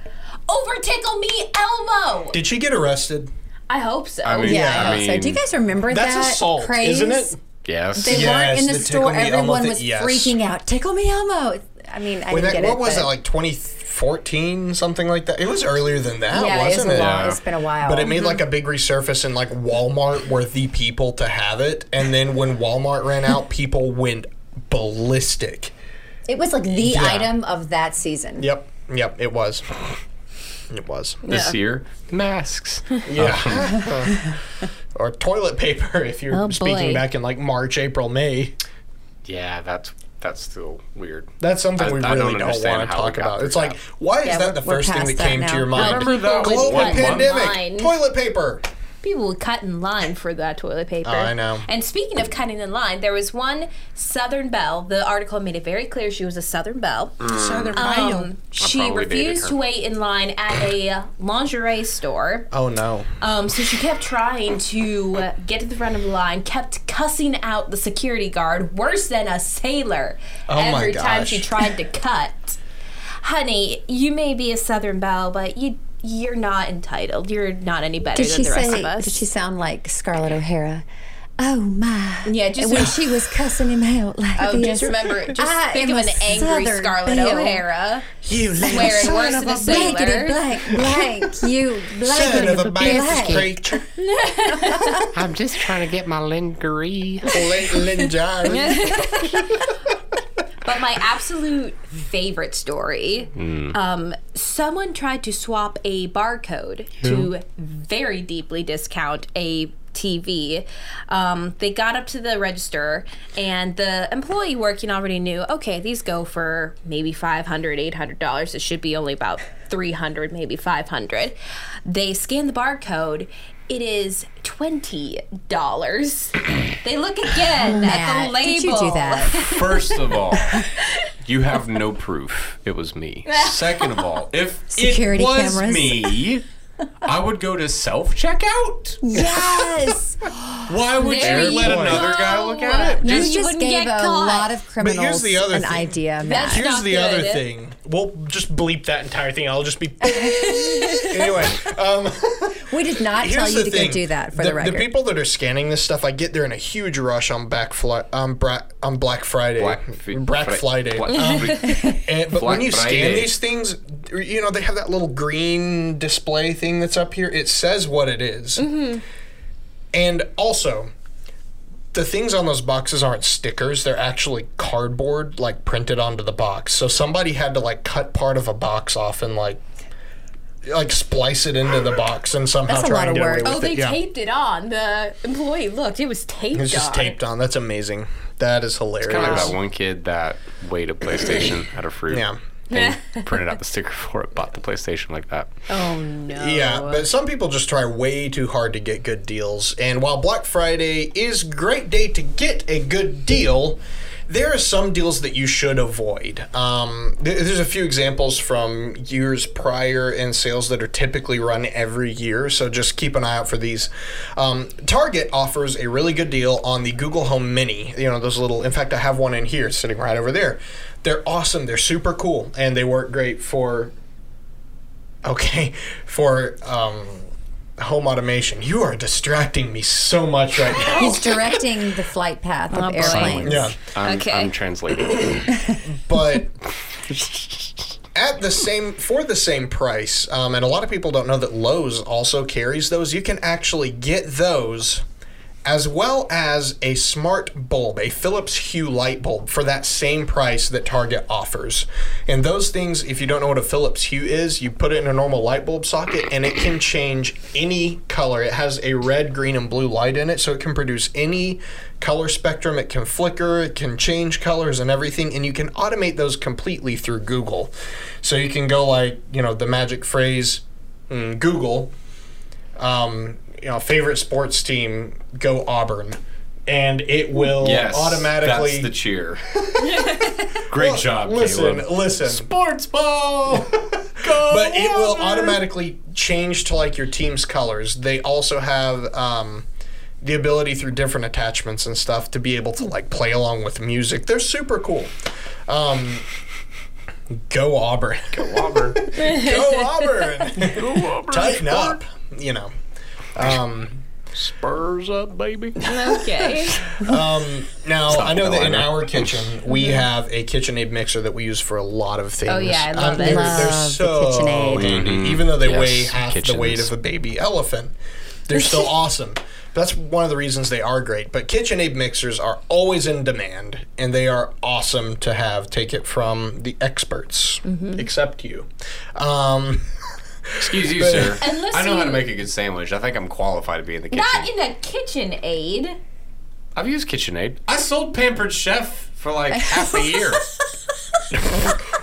A: Over tickle me Elmo.
B: Did she get arrested?
A: I hope so.
C: I mean,
D: Yeah.
C: yeah. I mean,
D: so do you guys remember
B: That's
D: that
B: assault,
D: craze?
B: isn't it?
C: yes.
D: They weren't
B: Yes,
D: in the,
B: the tickle
D: store.
B: me Elmo
D: Everyone
B: thing,
D: was
B: yes.
D: freaking out. Tickle me Elmo. I mean, I
B: When
D: didn't
B: that,
D: get
B: what
D: it.
B: was
D: but
B: that, like 2014, something like that? It was earlier than that,
D: yeah, it was
B: wasn't
D: a
B: it?
D: long.
C: Yeah.
D: It's been a while.
B: But it made like a big resurface, and like Walmart were the people to have it. And then when Walmart ran out, people went ballistic.
D: It was like the
B: Yeah.
D: item of that season.
B: Yep, yep, it was. It was.
C: this year, masks.
B: Yeah. Uh, or toilet paper, if you're
A: Oh,
B: speaking
A: boy.
B: back in like March, April, May.
C: yeah, that's that's still weird.
B: That's something
C: I-
B: we
C: I don't
B: really don't,
C: understand
B: want to
C: how we
B: talk
C: got
B: about.
C: through
B: It's like,
C: that.
B: why is
D: Yeah,
B: that the
D: we're- we're
B: first thing that
D: past that
B: came to
D: now.
B: your
A: Well,
B: mind?
C: Remember that
A: Uh, people would
B: Global
A: cut in
B: pandemic,
A: line.
B: toilet paper.
A: People would cut in line for that toilet paper.
B: Oh, I know.
A: And speaking of cutting in line, there was one Southern Belle. The article made it very clear she was a Southern Belle.
D: Mm.
A: Southern um, She
C: probably dated
A: refused
C: her.
A: to wait in line at a lingerie store.
B: Oh no.
A: Um, so she kept trying to get to the front of the line, kept cussing out the security guard worse than a sailor
B: Oh my
A: every time
B: gosh.
A: she tried to cut. Honey, you may be a Southern Belle, but you. You're not entitled. You're not any better
D: Did
A: than
D: she
A: the rest of
D: say?
A: us.
D: Did she sound like Scarlett O'Hara? Oh my!
A: Yeah, just-
D: when she was cussing him out like
A: Oh,
D: this.
A: just remember, just
D: I
A: think
D: am
A: of an
D: a
A: angry
D: Ah, Southern
A: Scarlett
D: belle.
A: O'Hara.
B: You
A: Swearing
B: little
A: worse than a
D: Blankety
A: sailor.
D: blank, blank, you
B: son of a
D: blankety
B: man's
D: blank.
B: creature.
F: I'm just trying to get my lingerie.
B: Lin- Lin- John.
A: But my absolute favorite story um, someone tried to swap a barcode to very deeply discount a TV. Um, they got up to the register, and the employee working already knew okay, these go for maybe $500, $800. It should be only about 300 maybe 500 They scan the barcode. It is $20. they look again at the
D: Matt,
A: label.
D: did you do that?
C: First of all, you have no proof it was me. Second of all, if
D: Security
C: it was
D: cameras.
C: me, I would go to self checkout.
D: yes.
C: Why would
A: There
C: you let
B: you
C: another
A: go.
C: guy look at it?
A: No.
D: You
A: Just-
D: just,
A: You wouldn't
D: gave
A: get
D: a
A: caught.
D: lot of
B: here's
D: criminals
B: the other
D: an
B: thing.
D: idea, Matt.
A: That's
B: Here's
A: not
B: the
A: good.
B: other thing. We'll just bleep that entire thing. I'll just be. anyway, um,
D: we did not tell
B: here's
D: you
B: the
D: to
B: thing.
D: go do that for the, record.
B: The people that are scanning this stuff, I get they're in a huge rush on back fli- on, bra- on Black Friday,
C: Fri-
B: Black
C: Fri-
B: Friday.
C: Black
B: Um,
C: Fri-
B: And, but when
C: Black
B: you scan
C: Friday.
B: these things, you know, they have that little green display thing that's up here. It says what it is.
D: Mm-hmm.
B: And also, the things on those boxes aren't stickers, they're actually cardboard, like printed onto the box. So somebody had to, like, cut part of a box off and, like, like splice it into the box and somehow
D: That's a
B: try
D: lot
B: and
D: of
B: get away
D: work.
B: with
A: Oh, they
B: it. Yeah.
A: taped it on. The employee looked. It was taped
B: It's just
A: on.
B: taped on. That's amazing. That is hilarious.
C: Kind of like that one kid that weighed a PlayStation at a fruit.
B: Yeah.
C: And printed out the sticker for it, bought the PlayStation like that.
A: Oh no.
B: Yeah, but some people just try way too hard to get good deals. And while Black Friday is a great day to get a good deal, there are some deals that you should avoid. Um, th- there's a few examples from years prior and sales that are typically run every year, so just keep an eye out for these. Um, Target offers a really good deal on the Google Home Mini. You know, those little, in fact, I have one in here sitting right over there. They're awesome, they're super cool, and they work great for okay for um home automation you are distracting me so much right now
D: He's directing the flight path of
A: Oh, boy.
C: Um,
D: airplanes.
B: yeah
C: I'm,
A: Okay.
C: I'm translating.
B: but at the same for the same price um, and a lot of people don't know that lowes also carries those you can actually get those as well as a smart bulb a philips hue light bulb for that same price that target offers and those things if you don't know what a philips hue is you put it in a normal light bulb socket and it can change any color it has a red green and blue light in it so it can produce any color spectrum it can flicker it can change colors and everything and you can automate those completely through google so you can go like you know the magic phrase mm, google um, you know, favorite sports team, go Auburn. And it will
C: yes.
B: automatically.
C: That's the cheer. Great job,
B: listen,
C: Caleb.
B: listen.
C: Sports ball. Go
B: But it will
C: Auburn!
B: automatically change to like your team's colors. They also have um, the ability through different attachments and stuff to be able to like play along with music. They're super cool. Um, go Auburn. Go Auburn. go Auburn. Tighten up. You know. Um,
C: Spurs up, baby.
A: Okay.
B: Um, now I know that in
C: Carolina.
B: our kitchen we have a KitchenAid mixer that we use for a lot of things.
A: Oh, yeah, I love
B: um,
A: it.
B: They're,
A: Love
B: they're
D: the
B: so
D: KitchenAid.
B: handy, even though they
C: Yes,
B: weigh half
C: kitchens.
B: the weight of a baby elephant. They're so awesome. That's one of the reasons they are great. But KitchenAid mixers are always in demand, and they are awesome to have. Take it from the experts,
A: Mm-hmm.
B: except you. Um,
C: Excuse you, sir.
A: Unless
C: I know how to
A: you-
C: make a good sandwich. I think I'm qualified to be in the kitchen.
A: Not in a kitchen aid.
C: I've used KitchenAid. I sold Pampered Chef for like half a year.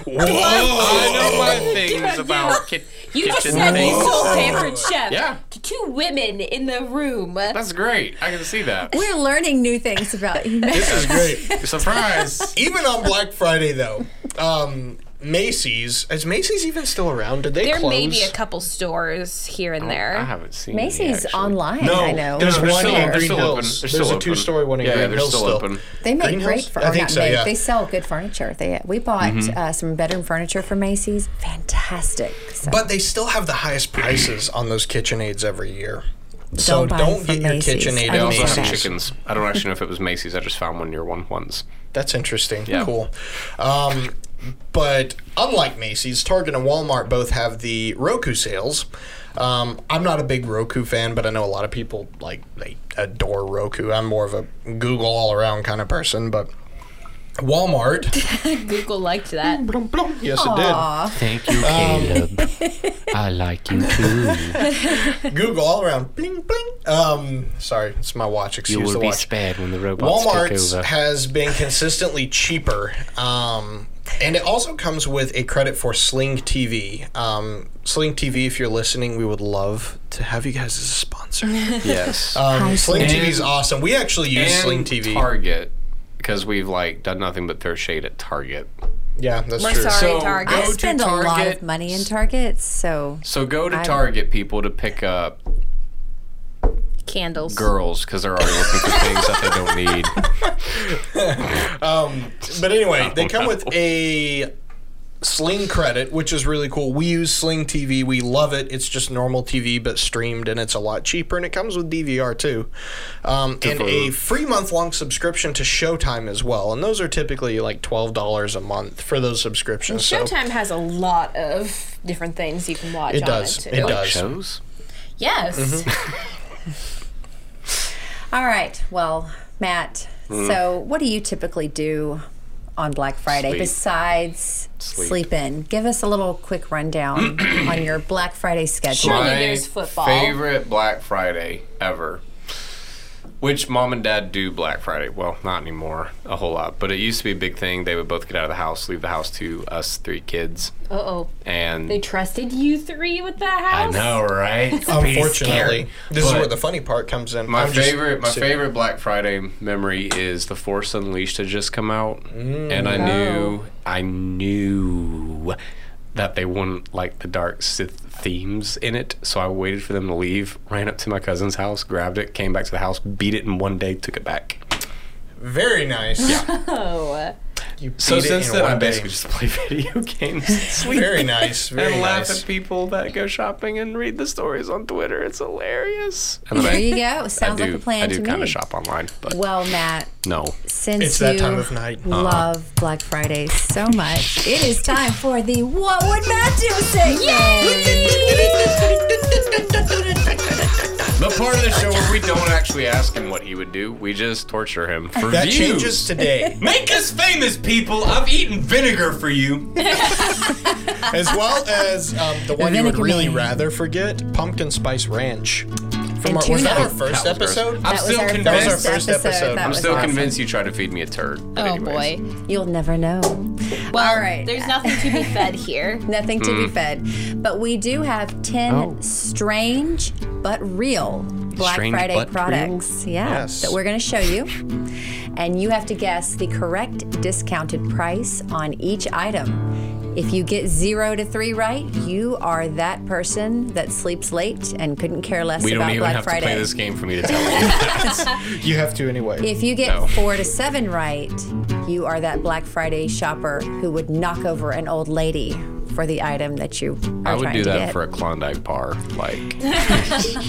B: Whoa!
C: I know my things about ki-
A: You just
C: kitchen
A: said you
C: things.
A: sold Pampered Chef
C: Yeah.
A: to two women in the room.
C: That's great. I can see that.
D: We're learning new things about you.
B: This is great.
C: Surprise.
B: even on Black Friday though, um, Macy's is Macy's even still around? Did they
A: there
B: close?
A: may be a couple stores here and there.
C: Oh, I haven't seen any,
D: Macy's
C: actually.
D: online, I know.
B: There's
C: they're
B: one
C: still-
B: in
C: they're
B: Green
C: still
B: Hills.
C: Open. They're
B: There's
C: still
B: a
C: open.
B: two-story one in
C: yeah,
B: Green
C: they're
B: Hills
C: still
B: still.
C: open.
D: They make
B: Greenhouse?
D: great furniture.
B: I think so, yeah.
D: They sell good furniture. They we bought
C: Mm-hmm.
D: uh, some bedroom furniture for Macy's. Fantastic. So
B: But they still have the highest prices on those KitchenAids every year. so
D: Don't buy
B: don't
D: from
B: get your
D: Macy's.
B: KitchenAid
D: I
C: They
B: at
D: don't
C: also
D: know
B: Macy's.
C: have
D: that.
C: chickens. I don't actually know if it was Macy's. I just found one near one once.
B: That's interesting.
C: Yeah.
B: Cool. Um, but unlike Macy's, Target and Walmart both have the Roku sales. Um, I'm not a big Roku fan, but I know a lot of people like they adore Roku. I'm more of a Google all around kind of person, but Walmart.
A: Google liked that.
B: Blum, blum. Yes,
F: Thank you, Caleb. I like you too.
B: it did. Google all around. Bling bling. Um, sorry, it's my watch.
F: You
B: Excuse
F: will
B: the
F: be
B: watch.
F: spared when the robots
B: Walmart's
F: take over.
B: has been consistently cheaper. Um, and it also comes with a credit for Sling TV. Um, Sling TV, if you're listening, we would love to have you guys as a sponsor.
C: Yes.
B: Um, Sling
C: Sling.
B: TV is awesome. We actually use
C: and
B: Sling TV.
C: Target, because we've like done nothing but throw shade at Target.
B: yeah, that's
A: We're
B: true.
A: sorry.
C: So
A: Target.
C: go
D: I
C: to
D: spend a lot
C: Target.
D: of money in Target, so
C: So go to
D: I-
C: Target, people, to pick up
A: Candles.
C: girls because they're already looking for things that they don't need.
B: But anyway, they come
C: Oh, no.
B: with a Sling credit, which is really cool. We use Sling TV. We love it. It's just normal TV, but streamed, and it's a lot cheaper, and it comes with DVR too. Um, and a free month long subscription to Showtime as well. And those are typically like $12 a month for those subscriptions. So
A: Showtime has a lot of different things you can watch.
B: it
A: on
B: does.
A: It,
B: It
A: too.
B: does.
C: Shows.
A: Yes.
C: Mm-hmm.
D: all right. Well, Matt,
C: Mm.
D: so what do you typically do on Black Friday
C: Sleep.
D: besides
C: Sleep.
D: sleep. in? Give us a little quick rundown on your Black Friday schedule.
A: Surely
C: my
A: there's football.
C: favorite Black Friday ever. Which mom and dad do Black Friday? Well, not anymore, a whole lot. But it used to be a big thing. They would both get out of the house, leave the house to us three kids,
A: Uh oh.
C: and
A: They trusted you three with that
C: I
A: house.
C: know, right?
B: Unfortunately, this is
C: But-
B: where the funny part comes in.
C: My
B: I'm just
C: favorite, my
B: serious.
C: favorite Black Friday memory is The Force Unleashed had just come out, and
D: Oh.
C: I knew, I knew that they wouldn't like the dark Sith themes in it. So I waited for them to leave, ran up to my cousin's house, grabbed it, came back to the house, beat it in one day, took it back.
B: Very nice.
A: Oh.
B: You beat
C: so
B: it
C: since
B: in
C: then,
B: one
C: I
B: day.
C: basically just play video games
B: Very nice. Very
C: and laugh
B: nice.
C: at people that go shopping and read the stories on Twitter. It's hilarious. And then
D: There
C: I-
D: you go.
C: I
D: Sounds
C: do,
D: like a plan
C: I do
D: to
C: kind
D: me.
C: of shop online, but
D: Well, Matt,
C: no.
D: since
B: It's that
D: you
B: time of night. Uh-huh.
D: love Black Friday so much, it is time for the What Would Matt Do segment.
C: The part of the show where we don't actually ask him what he would do, we just torture him for
B: That
C: views.
B: changes today.
C: Make us famous, people. I've eaten vinegar for you.
B: as well as um, the one you would
D: Vinegar
B: really
D: Man.
B: rather forget, pumpkin spice ranch. From
D: And
B: our, was that
D: tuna.
B: our first
C: That was gross.
B: episode?
C: I'm
D: That was
C: still
D: our
C: convinced.
B: That was our
D: first
B: first
D: episode.
B: episode.
D: That
C: I'm
D: was
C: still
D: awesome.
C: convinced you tried to feed me a turd. But
A: Oh
C: anyways.
A: boy.
D: You'll never know.
A: Well,
D: All right.
A: There's nothing to be fed here.
D: Nothing to
C: Mm-hmm.
D: be fed. But we do have 10 strange but real
C: Oh.
D: Black
C: Strange
D: Friday
C: but
D: products. Yeah.
B: Yes.
D: That we're going to show you. And you have to guess the correct discounted price on each item. If you get zero to three right, you are that person that sleeps late and couldn't care less
C: We don't
D: about
C: even
D: Black
C: have
D: Friday.
C: to play this game for me to tell you.
B: You have to anyway.
D: If you get
C: No.
D: four to seven right, you are that Black Friday shopper who would knock over an old lady for the item that you are
C: I would
D: trying
C: do
D: to
C: that
D: get.
C: for a Klondike bar. Like,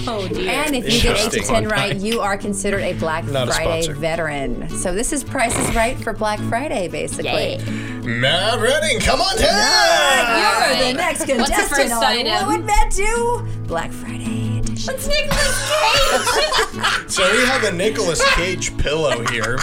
A: Oh dear.
D: and if you get eight to
C: Interesting.
D: ten right, you are considered a Black
B: Not a
D: Friday
B: sponsor.
D: veteran. So this is Price is Right for Black Friday, basically.
B: Matt Redding, come on down!
D: You're the next contestant
A: the first
D: on
A: item?
D: What Would Bet Do? Black Friday edition. Let's make
B: So we have a Nicolas Cage pillow here.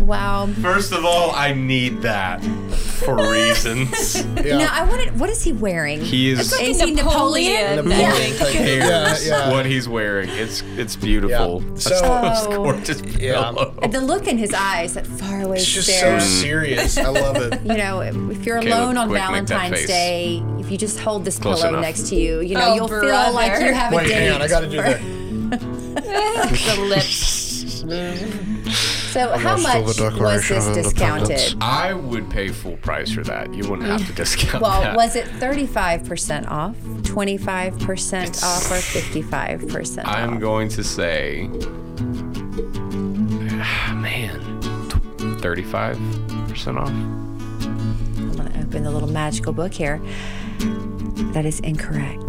D: Wow.
C: first of all, I need that for reasons.
B: Yeah.
D: Now I wanted. What is he wearing?
C: He is
D: is he Napoleon?
B: The morning clip here. yeah, yeah.
C: what he's wearing. It's it's beautiful.
B: Yeah.
C: That's
B: So-
C: the most
D: Oh.
C: gorgeous
B: Yeah.
C: pillow.
D: The look in his eyes, that faraway
B: It's just
D: stare.
B: so serious. I love it.
D: you know, if you're
C: Caleb,
D: alone on
C: quick, make that
D: Valentine's
C: face.
D: Day, if you just hold this
C: Close
D: pillow
C: enough.
D: next to you, you know,
A: Oh,
D: you'll
A: brother.
D: feel like you have a
B: Wait,
D: date.
B: hang on, I gotta do that.
A: the lips.
D: So, how
G: still
D: much
G: the
D: was
G: Declaration
D: this
G: of Independence.
D: discounted?
C: I would pay full price for that. You wouldn't have to discount
D: Well,
C: that.
D: was it 35% off, 25% off, or 55% off?
C: I'm going to say, Ah, man, thirty-five percent off.
D: I'm going to open the little magical book here. That is incorrect.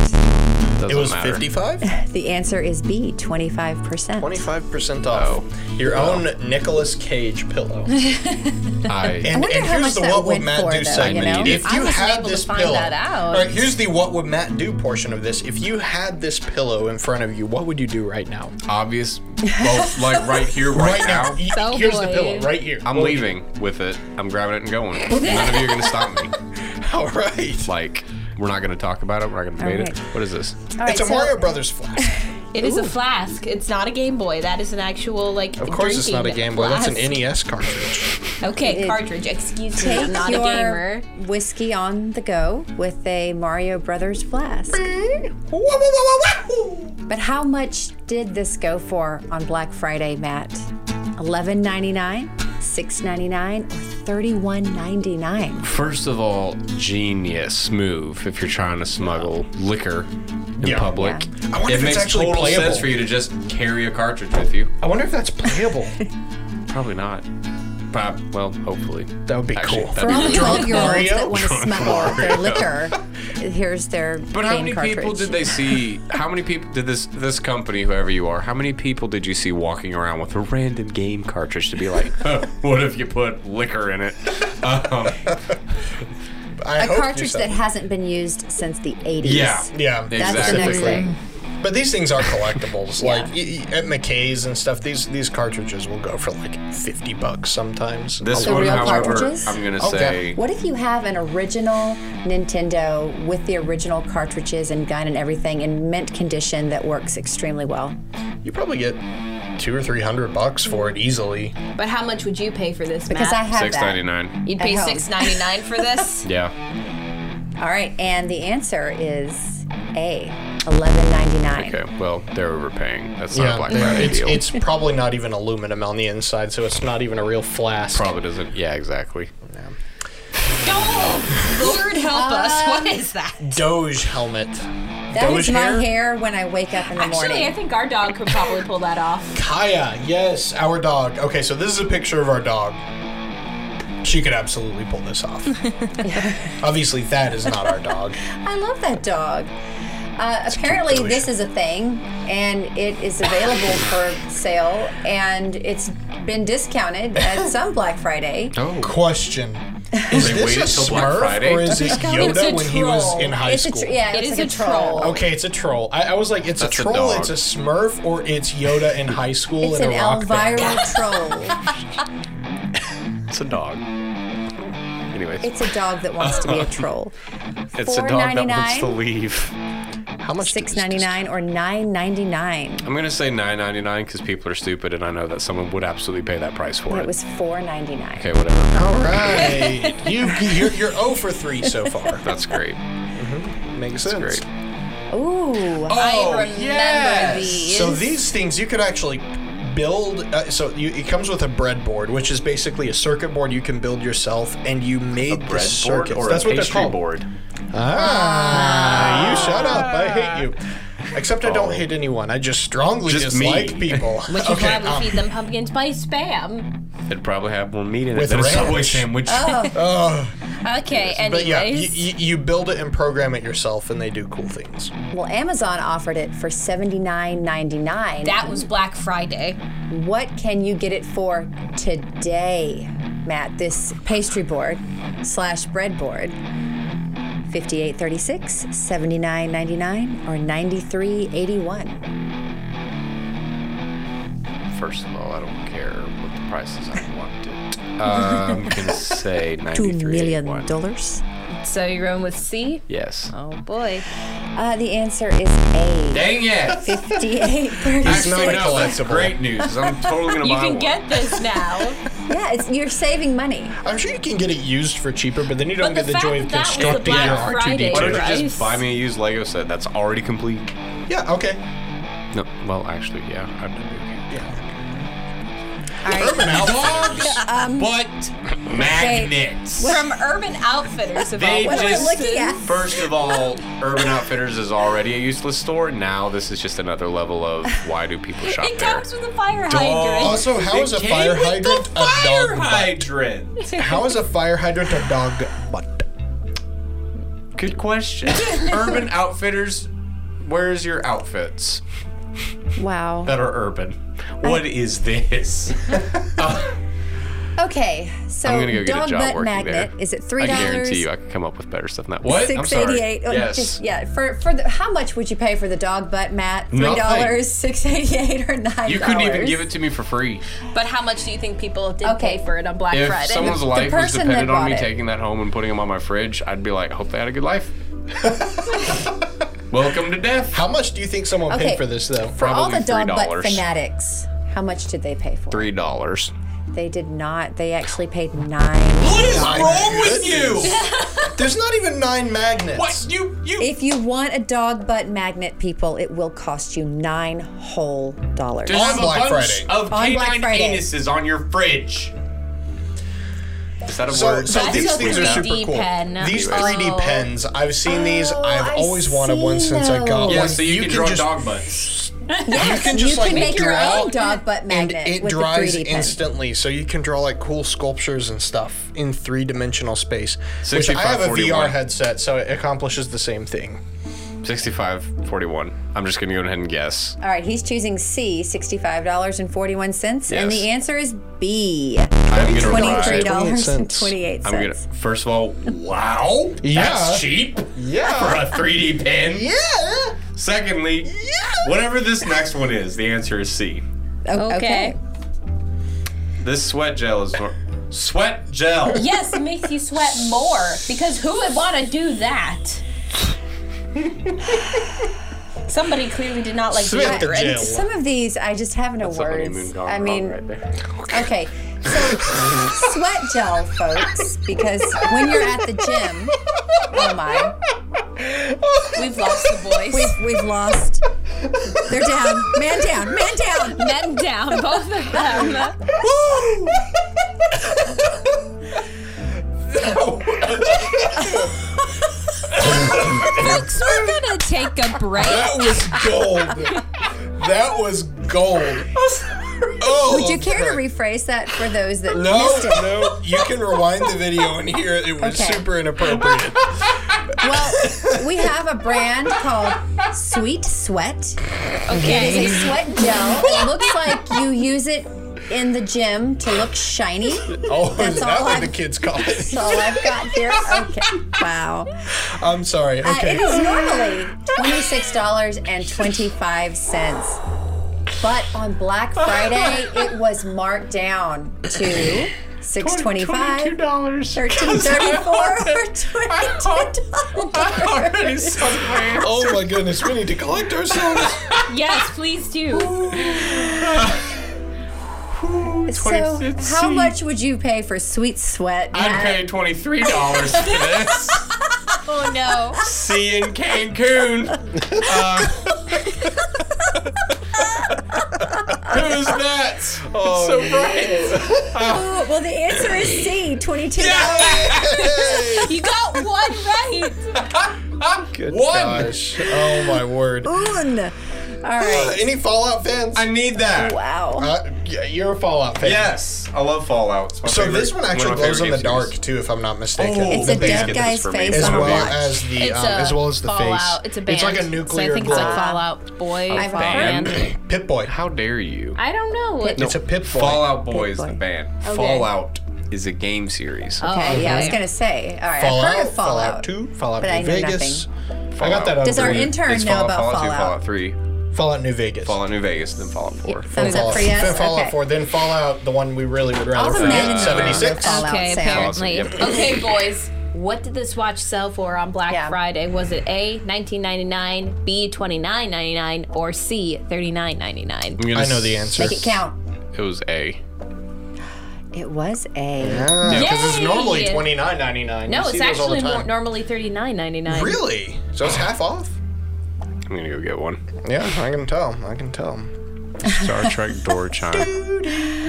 C: Doesn't
B: It was
C: matter.
B: 55?
D: The answer is B, 25%.
B: 25% off. Your own Nicolas Cage pillow.
C: I,
B: And,
D: wonder
B: and
D: how
B: here's
D: much
B: the
D: that
B: What Would
D: went
B: Matt
D: for,
B: Do
D: though,
B: segment.
D: you know?
B: If
A: I
B: you
A: was
B: had
A: able to
B: this
A: find
B: pillow,
A: that out.
B: All right, here's the What Would Matt Do portion of this. If you had this pillow in front of you, what would you do right now?
C: obvious. Well, like right here, right, now.
B: Y-
A: Bellboy.
B: here's the pillow, right here.
C: I'm leaving with it. I'm grabbing it and going. None of you are gonna stop me.
B: All right.
C: Like, we're not gonna talk about it. We're not gonna debate it.
D: Alright.
C: What is this?
D: All right,
B: It's a
D: so-
B: Mario Brothers flask.
A: It is a flask. It's not a Game Boy. That is an actual like.
B: Of course, it's not a Game Boy. That's an NES cartridge.
A: Okay,
D: It-
A: cartridge. Excuse me.
D: Take
A: I'm not a gamer.
D: your whiskey on the go with a Mario Brothers flask. But how much did this go for on Black Friday, Matt? Eleven ninety nine, six ninety nine, or thirty one ninety nine?
C: First of all, genius move if you're trying to smuggle liquor in
B: Yeah.
C: public.
B: I wonder
C: it
B: if it's
C: makes
B: actually
C: total
B: playable.
C: sense for you to just carry a cartridge with you.
B: I wonder if that's playable.
C: Probably not. Prob- well, hopefully.
B: That would be
C: Actually,
B: cool.
C: that'd
D: For all the
C: be-
D: twelve year olds
B: Mario?
D: that want to smuggle their liquor, here's their
C: But how many
D: cartridge.
C: people did they see? How many people did this this company, whoever you are, how many people did you see walking around with a random game cartridge to be like, "Huh, what if you put liquor in it? Um,
B: I
D: a
B: hope you
D: cartridge
B: said-
D: that hasn't been used since the 80s.
C: yeah,
B: Yeah.
D: That's the next
C: Exactly.
D: thing.
B: But these things are collectibles. Like y- y- at McKay's and stuff, these these cartridges will go for like fifty bucks sometimes.
C: This
D: The
C: one,
D: real
C: however,
D: cartridges?
C: I'm gonna
B: Okay.
C: say
D: What if you have an original Nintendo with the original cartridges and gun and everything in mint condition that works extremely well?
B: you probably get two or three hundred bucks for it easily.
A: But how much would you pay for this?
D: Because I
A: Matt?
D: have
C: six ninety
D: that.
C: nine.
A: You'd
D: at
A: pay
D: home.
A: six ninety nine for this.
C: Yeah.
D: All right, and the answer is A, eleven ninety nine.
C: Okay. Well, they're overpaying. That's not a Black
B: yeah,
C: Friday
B: it's
C: deal.
B: it's probably not even aluminum on the inside, so it's not even a real flask.
C: Probably doesn't. Yeah. Exactly.
A: Oh, Lord help
D: Um,
A: us! What is that?
B: Doge helmet.
D: That
B: Doge
D: is my
B: hair?
D: hair? when I wake up in the
A: Actually, I
D: morning.
A: think our dog could probably pull that off.
B: Kaya, yes, our dog. Okay, so this is a picture of our dog. She could absolutely pull this off. Obviously, that is not our dog.
D: I love that dog. Uh, apparently,
B: delicious.
D: this is a thing, and it is available for sale, and it's been discounted at some Black Friday.
C: Oh.
B: Question: Is
C: They
B: this
C: waited
B: a
C: till Black
B: Smurf
C: Friday
B: or is
C: to
A: it.
B: it
A: It's a
B: Yoda when he was
A: troll.
B: in high
D: It's a
B: school?
D: tr- yeah,
A: It
D: it's
A: is
D: like
A: a troll.
B: Okay, it's a troll. I, I was like, it's
C: That's
B: a
C: a
B: troll,
C: dog.
B: it's a Smurf, or it's Yoda in high school
D: It's
B: in
D: an
B: a rock band.
D: Elvira troll.
C: It's a dog. Anyways,
D: It's a dog that wants to be a troll.
C: it's a dog that wants
D: $4.99.
C: to leave.
B: How much?
D: Six ninety nine or nine ninety nine.
C: I'm gonna say 9.99 because people are stupid, and I know that someone would absolutely pay that price for it.
D: It was four ninety nine.
C: okay, whatever.
B: All right, you you're, you're 0 for three so far.
C: That's great.
B: Makes
C: Great.
D: Ooh.
B: Oh,
A: remember these.
B: So these things you could actually build. Uh, so you, it comes with a breadboard, which is basically a circuit board you can build yourself, and you made the circuits. That's what they're called.
C: board.
B: Ah, you shut up. I hate you. Except I don't hate anyone. I just strongly
C: Oh. Just me.
B: dislike people.
A: Which is why we
B: um,
A: feed them pumpkin spice spam.
C: It'd probably have more meat in it
B: With
C: than a
B: ranch.
C: Subway sandwich.
A: Oh. Okay,
B: uh, but yeah,
A: anyways.
B: you, you you build it and program it yourself, and they do cool things.
D: Well, Amazon offered it for seventy nine ninety nine.
A: that was Black Friday.
D: What can you get it for today, Matt? This pastry board slash bread board. 5836, 79.99, or 93.81.
C: First of all, I don't care what the prices I want it. Um, I'm gonna say
D: 2
C: 93.
D: million dollars.
A: So you're going with C?
C: Yes.
A: Oh boy.
D: Uh, the answer is A.
C: Dang it!
D: 58.
B: It's not
C: Actually, no, that's
B: collectible.
C: great news. 'cause I'm totally gonna
A: You
C: buy
A: can
C: one.
A: get this now.
D: yeah, it's, you're saving money.
B: I'm sure you can get it used for cheaper, but then you don't
A: But
B: get
A: the
B: the joy of
A: fact that that was a
B: constructing your
A: Black Friday
B: R2D2.
C: Why don't you
A: Price.
C: just buy me a used Lego set that's already complete?
B: Yeah. Okay.
C: No. Well, actually, yeah. I'm not okay.
B: Urban Outfitters.
D: Um,
C: But magnets.
A: From Urban Outfitters of all
C: They
D: What am I
C: just
D: looking at?
C: first of all, Urban Outfitters is already a useless store. Now this is just another level of why do people shop
A: It
C: there?
A: comes with a fire hydrant.
B: Also, how
C: It
B: is a
C: came
B: fire
C: with the
B: hydrant a
C: fire
B: dog butt?
C: hydrant.
B: How is a fire hydrant a dog butt?
C: Good question. Urban Outfitters where's your outfits
D: Wow.
C: that are urban? What is this?
D: Okay, so
C: I'm gonna go get a
D: dog
C: job
D: butt
C: working
D: magnet
C: there.
D: is it three
C: I
D: dollars?
C: guarantee you, I could come up with better stuff than that. What? I'm
D: Six
C: sorry.
D: eighty-eight. Oh,
C: Yes.
D: yeah. For for the, how much would you pay for the dog butt mat? Three
C: Nothing.
D: dollars, six eighty-eight, or nine?
C: You couldn't even give it to me for free.
A: But how much do you think people did
D: Okay.
A: pay for it on Black
C: If
A: Friday?
C: someone's life was
D: person that
C: dependent on
D: bought
C: me
D: it.
C: taking that home and putting them on my fridge, I'd be like, hope they had a good life. Welcome to death.
B: How much do you think someone
D: Okay.
B: paid for this though?
D: for all
C: Probably
D: the dog butt
C: $3.
D: fanatics. How much did they pay for? it?
C: Three dollars.
D: They did not. They actually paid nine.
C: What is
B: My
C: wrong with you?
B: There's not even nine magnets.
C: What you you?
D: If you want a dog butt magnet, people, it will cost you nine whole dollars.
C: Just have a
B: Black
C: bunch
B: Friday.
C: of
D: On Black
C: canine
D: Friday.
C: penises on your fridge. Is that a
B: So-
C: word?
B: so
A: That's
B: these
A: a
B: things are
A: 3D
B: super cool.
A: pen.
B: These
A: Anyways.
B: 3D
A: Oh.
B: pens, I've seen these. I've
D: I've
B: always wanted one
D: seen
B: since I got
D: Oh, those.
C: yeah,
B: one.
C: so you, can, draw
B: just-
C: dog butts.
D: Yes,
B: can just,
D: you
B: like,
D: can make your
B: draw
D: own dog butt
B: and
D: magnet
B: it
D: with
B: dries
D: the 3D pen.
B: instantly, so you can draw like cool sculptures and stuff in three dimensional space. Which I have a
C: 65-41.
B: VR headset, so it accomplishes the same thing.
C: 65, 41. I'm just gonna go ahead and guess.
D: All right, he's choosing C, sixty-five dollars and forty-one cents, and
C: Yes.
D: the answer is B,
C: I'm gonna
D: twenty-three
C: ride.
D: dollars and
B: 28 cents.
D: twenty-eight
C: I'm gonna.
D: cents.
C: First of all, wow.
B: Yeah.
C: That's cheap. For
B: Yeah.
C: a 3D pen.
B: yeah.
C: Secondly, whatever this next one is, the answer is C.
D: O-
A: Okay.
C: This sweat gel is sweat gel.
A: Yes, it makes you sweat more because who would want to do that? Somebody clearly did not like
B: Sweat the
A: deodorant.
B: gel.
D: Some of these I just have no words. I mean, okay. So sweat gel, folks, because when you're at the gym, oh my,
A: We've lost the voice.
D: we've, we've lost. They're down. Man down. Man down.
A: men down, both of them. Folks, we're gonna take a break.
B: That was gold. that was gold. Oh,
D: Would you care to
B: okay.
D: rephrase that for those that
B: No,
D: missed it?
B: no. You can rewind the video and hear it. It was
D: Okay.
B: super inappropriate.
D: Well, we have a brand called Sweet Sweat.
A: Okay.
D: It's a sweat gel. It looks like you use it in the gym to look shiny.
B: Oh, is
D: That's
B: that
D: all
B: what
D: I-
B: the kids call it?
D: That's all I've got here. Okay. Wow.
B: I'm sorry.
D: Uh, it
B: Okay.
D: is normally $26.25. But on Black Friday, it was marked down to six twenty-five,
C: dollars.
D: thirteen thirty-four, or $22.
C: Already somewhere.
B: oh my goodness, we need to collect ourselves.
A: Yes, please do.
D: So,
C: 26.
D: how much would you pay for sweet sweat?
C: I'd
D: Matt?
C: pay twenty three dollars for this.
A: Oh no.
C: See you in Cancun. Uh, who's that? Oh, so bright.
D: Oh, well, the answer is C, twenty-two dollars.
A: You got one right.
B: Good
C: One.
B: gosh. Oh my word. Uh,
D: All right.
B: Any Fallout fans?
C: I need that.
D: Wow.
B: Uh, yeah, you're a Fallout fan.
C: Yes, I love Fallout. It's my
B: So
C: favorite-
B: this one
C: of
B: actually
C: my
B: glows in
C: favorite
B: the
C: game
B: dark
C: series.
B: too, if I'm not mistaken.
C: Oh,
D: It's a
B: The base
D: dead
B: gets-
D: guy's
C: for me.
D: face
B: as
D: on a
B: well
D: watch.
B: as the
A: It's
B: um,
A: a
B: as well as the
A: Fallout.
B: face.
A: It's a band.
B: like a
A: So
B: nuclear
A: I think it's like
B: globe.
A: Fallout Boy.
D: I've
A: Fallout
D: heard.
A: Band.
B: Pip Boy.
C: How dare you?
A: I don't know. It,
B: It's a Pip Boy.
C: Fallout Boy is
D: Boy. Oh.
C: the band. Fallout is a game series.
D: Okay, yeah, I was
A: okay.
D: gonna say. All right,
B: Fallout,
D: I've heard of Fallout.
B: Two, Fallout
D: but
B: New
D: I know
B: Vegas. I got
C: Fallout.
B: that on
D: Does our
B: Google.
D: intern
C: It's
D: know
C: Fallout,
D: about
C: Fallout,
D: Fallout?
C: 2, Fallout 3,
B: Fallout New Vegas.
C: Fallout New Vegas, then Fallout 4.
D: Thumbs up for yes.
B: Then Fallout
D: Okay.
B: 4, then Fallout, the one we really would rather
D: All the
B: forget,
D: men in the room are
B: 76.
D: Fallout
A: Okay,
D: sound.
A: apparently.
C: Awesome, yep.
A: Okay, boys. What did this watch sell for on Black
D: Yeah.
A: Friday? Was it A, nineteen ninety nine, B, twenty nine ninety nine, or C, thirty nine ninety nine?
C: I'm gonna
B: I know the
C: s-
B: answer.
D: Make it count.
C: It was A.
D: It was A.
B: Yeah, because it's
A: Yay!
B: normally twenty nine ninety nine.
A: No, it's actually
B: all the
A: more,
B: time.
A: normally thirty nine ninety nine.
B: Really? So it's half off?
C: I'm gonna go get one.
B: Yeah, I can tell. I can tell.
C: Star Trek door chime.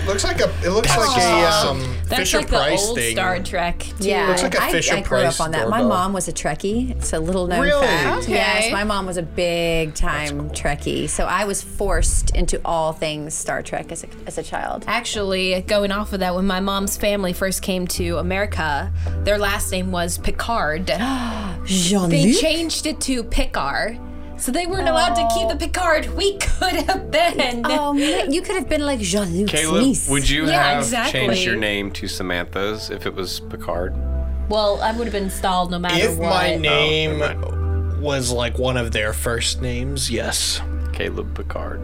B: Looks like a. It looks like a um,
A: That's
B: Fisher
A: like the
B: Price
A: old
B: thing.
A: Star Trek. Too.
D: Yeah,
B: Looks like a
D: I- I, I grew
B: Fisher-Price
D: up on that. My
B: doorbell.
D: mom was a Trekkie. It's a little known
B: Really?
D: fact.
A: Okay.
D: Yes, my mom was a big time Trekkie, so I was forced into all things Star Trek as a, as a child.
A: Actually, going off of that, when my mom's family first came to America, their last name was Picard.
D: Jean
A: They changed it to Picard. So they weren't allowed to keep the Picard. We could have been.
D: Oh, man, you could have been like Jean-Luc
C: Caleb,
D: niece.
C: would you
A: Yeah,
C: have
A: exactly.
C: changed your name to Samantha's if it was Picard?
A: Well, I would have been stalled no matter
B: If
A: what.
B: my name
C: never
B: was like one of their first names, yes.
C: Caleb Picard.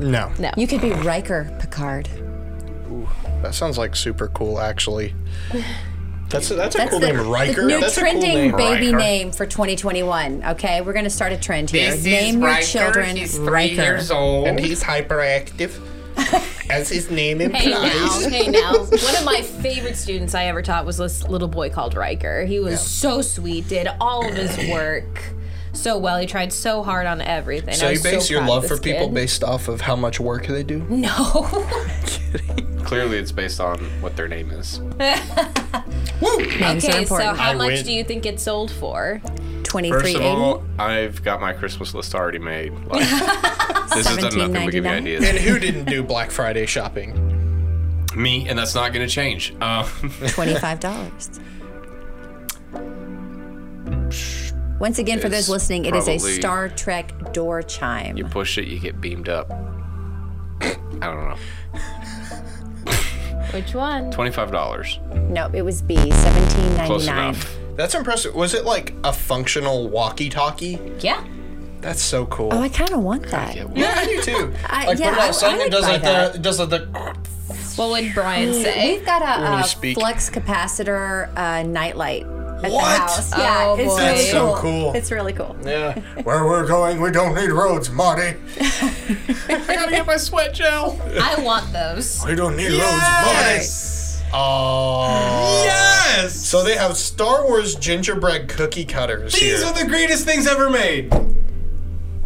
B: No.
A: No.
D: You could be Riker Picard.
B: That sounds like super cool, actually. That's a, that's a
D: That's
B: cool
D: the,
B: name, Riker.
D: the new
B: that's
D: trending
B: a cool name.
D: baby
C: Riker.
D: name for 2021. Okay, we're gonna start a trend here. name your children Riker.
C: old.
B: And he's hyperactive, as his name
A: Hey
B: implies.
A: now, hey now. One of my favorite students I ever taught was this little boy called Riker. He was so sweet, did all of his work so well. He tried so hard on everything. I
B: So you
A: was
B: base your
A: proud of
B: love for
A: this
B: people
A: kid.
B: based off of how much work they do?
A: No.
C: Clearly, it's based on what their name is.
D: Names are
A: okay, so
D: important.
A: how
B: I
A: much
B: win.
A: do you think it sold for?
D: 2380.
C: First of all, I've got my Christmas list already made. Like, this is nothing but give you
D: 17.99.
C: ideas.
B: And who didn't do Black Friday shopping?
C: Me, and that's not going to change. Uh,
D: Twenty-five dollars. Once again, for
C: It's
D: those listening, it is a
C: probably-
D: Star Trek door chime.
C: you push it, you get beamed up. I don't know.
A: Which one?
C: Twenty-five dollars.
D: No, it was B, seventeen
C: Close
D: ninety-nine.
C: enough.
B: That's impressive. Was it like a functional walkie-talkie?
A: Yeah.
B: That's so cool.
D: Oh, I kind of want that.
B: yeah, I do too.
D: I-
B: like
D: yeah,
B: put it
D: I- I
B: outside and it
D: would
B: does
D: buy
B: like
D: that.
B: the it does like the
A: What would Brian say?
D: We've got a,
B: When you
D: uh,
B: speak.
D: flux capacitor uh, nightlight at
B: What?
D: the house. Yeah,
A: Oh,
D: it's
A: boy.
D: really
A: That's
B: so cool.
D: It's really cool.
B: Yeah. Where we're going, we don't need roads, Marty.
C: I gotta get my sweat gel.
A: I want those.
B: We don't need
C: Yes.
B: roads, Marty. Oh.
C: Yes.
B: So they have Star Wars gingerbread cookie cutters
C: these
B: here.
C: are the greatest things ever made,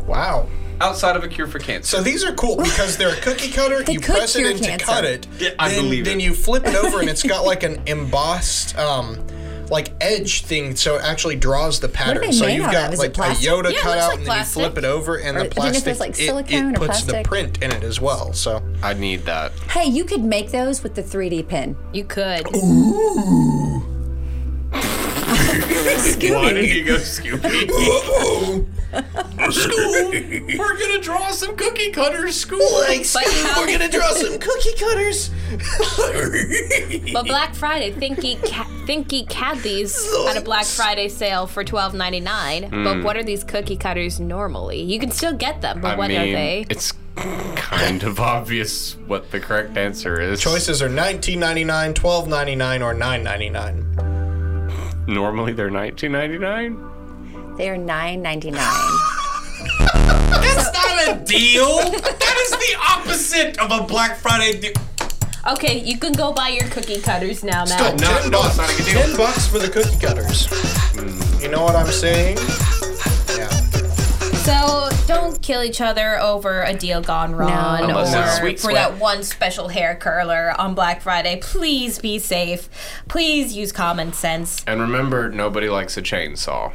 B: wow.
C: outside of a cure for cancer.
B: So these are cool because they're a cookie cutter. you
D: could
B: press it
D: cure
B: in
D: cancer.
B: to cut it.
C: Yeah, I
B: then,
C: believe it.
B: Then you flip it over and it's got like an embossed, um, like edge thing, so it actually draws the pattern.
D: they
B: so
D: made
B: you've
D: out of?
B: got
D: Is it
B: like a
D: plastic?
B: Yoda
A: Yeah, it
B: cutout,
A: looks like
B: and then
A: plastic.
B: you flip it over, and
D: Or- I
B: the
D: think it's supposed
B: plastic
D: like
B: it-
D: silicone
B: it
D: or
B: puts the
D: plastic.
B: print in it as well. So
C: I need that.
D: Hey, you could make those with the 3D pen.
A: You could.
C: Why did you go Scooby? We're gonna draw some cookie cutters, school.
A: But how-
B: gonna draw some cookie cutters.
A: But Black Friday, Thinky Ca- Thinky had these at a Black Friday sale for twelve ninety nine. But what are these cookie cutters normally? You can still get them, but
C: I
A: what
C: mean,
A: are they?
C: it's kind of obvious what the correct answer is.
B: Choices are 19.99, 12.99, or 9.99.
C: Normally they're 19.99.
D: They are nine ninety nine.
C: That's not a deal. that is the opposite of a Black Friday deal.
A: Okay, you can go buy your cookie cutters now, Matt.
C: No,
B: Ten
C: no, it's
B: bucks.
C: Uh, not a good deal. Hmm.
B: Ten bucks for the cookie cutters. You know what I'm saying? Yeah.
A: So don't kill each other over a deal gone wrong,
D: No.
C: Unless it's
A: or
C: sweet
A: for
C: sweat.
A: that one special hair curler on Black Friday. Please be safe. Please use common sense.
C: And remember, nobody likes a chainsaw.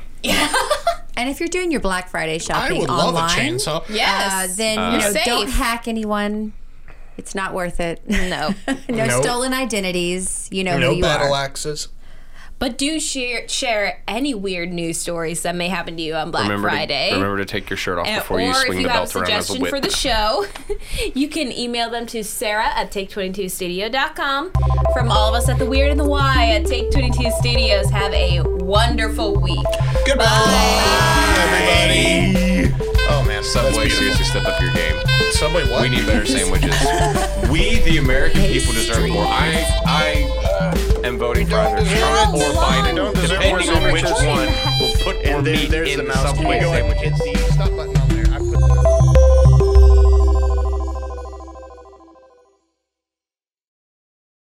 D: And if you're doing your Black Friday
B: I
D: shopping
B: would
D: online,
B: love a chainsaw.
D: uh, then you know,
A: You're
D: don't
A: safe.
D: hack anyone. It's not worth it.
A: no.
D: no
B: Nope.
D: stolen identities. You know
B: No
D: who you
B: battle
D: are.
B: axes.
A: But do share share any weird news stories that may happen to you on Black
C: Remember
A: Friday.
C: to remember to take your shirt off
A: And-
C: before you
A: or
C: swing
A: if you
C: the
A: have a
C: belt around as a
A: suggestion
C: whip.
A: for the show, you can email them to Sarah at Take22Studio.com. From all of us at The Weird and the Why at Take22 Studios, have a wonderful week.
B: Goodbye, everybody. Oh man,
C: Subway,
B: that's beautiful.
C: seriously, step up your game.
B: Subway, what?
C: We need better sandwiches. we, the American people, deserve more. I, I uh, am voting for either
B: deserve
C: Trump
A: it.
C: or Biden,
B: Don't deserve more
C: depending on which
B: sandwiches.
C: one will put more
B: and then
C: meat
B: there's
C: in
B: the mouse.
C: Subway
B: Go ahead,
C: sandwiches.
B: hit the stop button on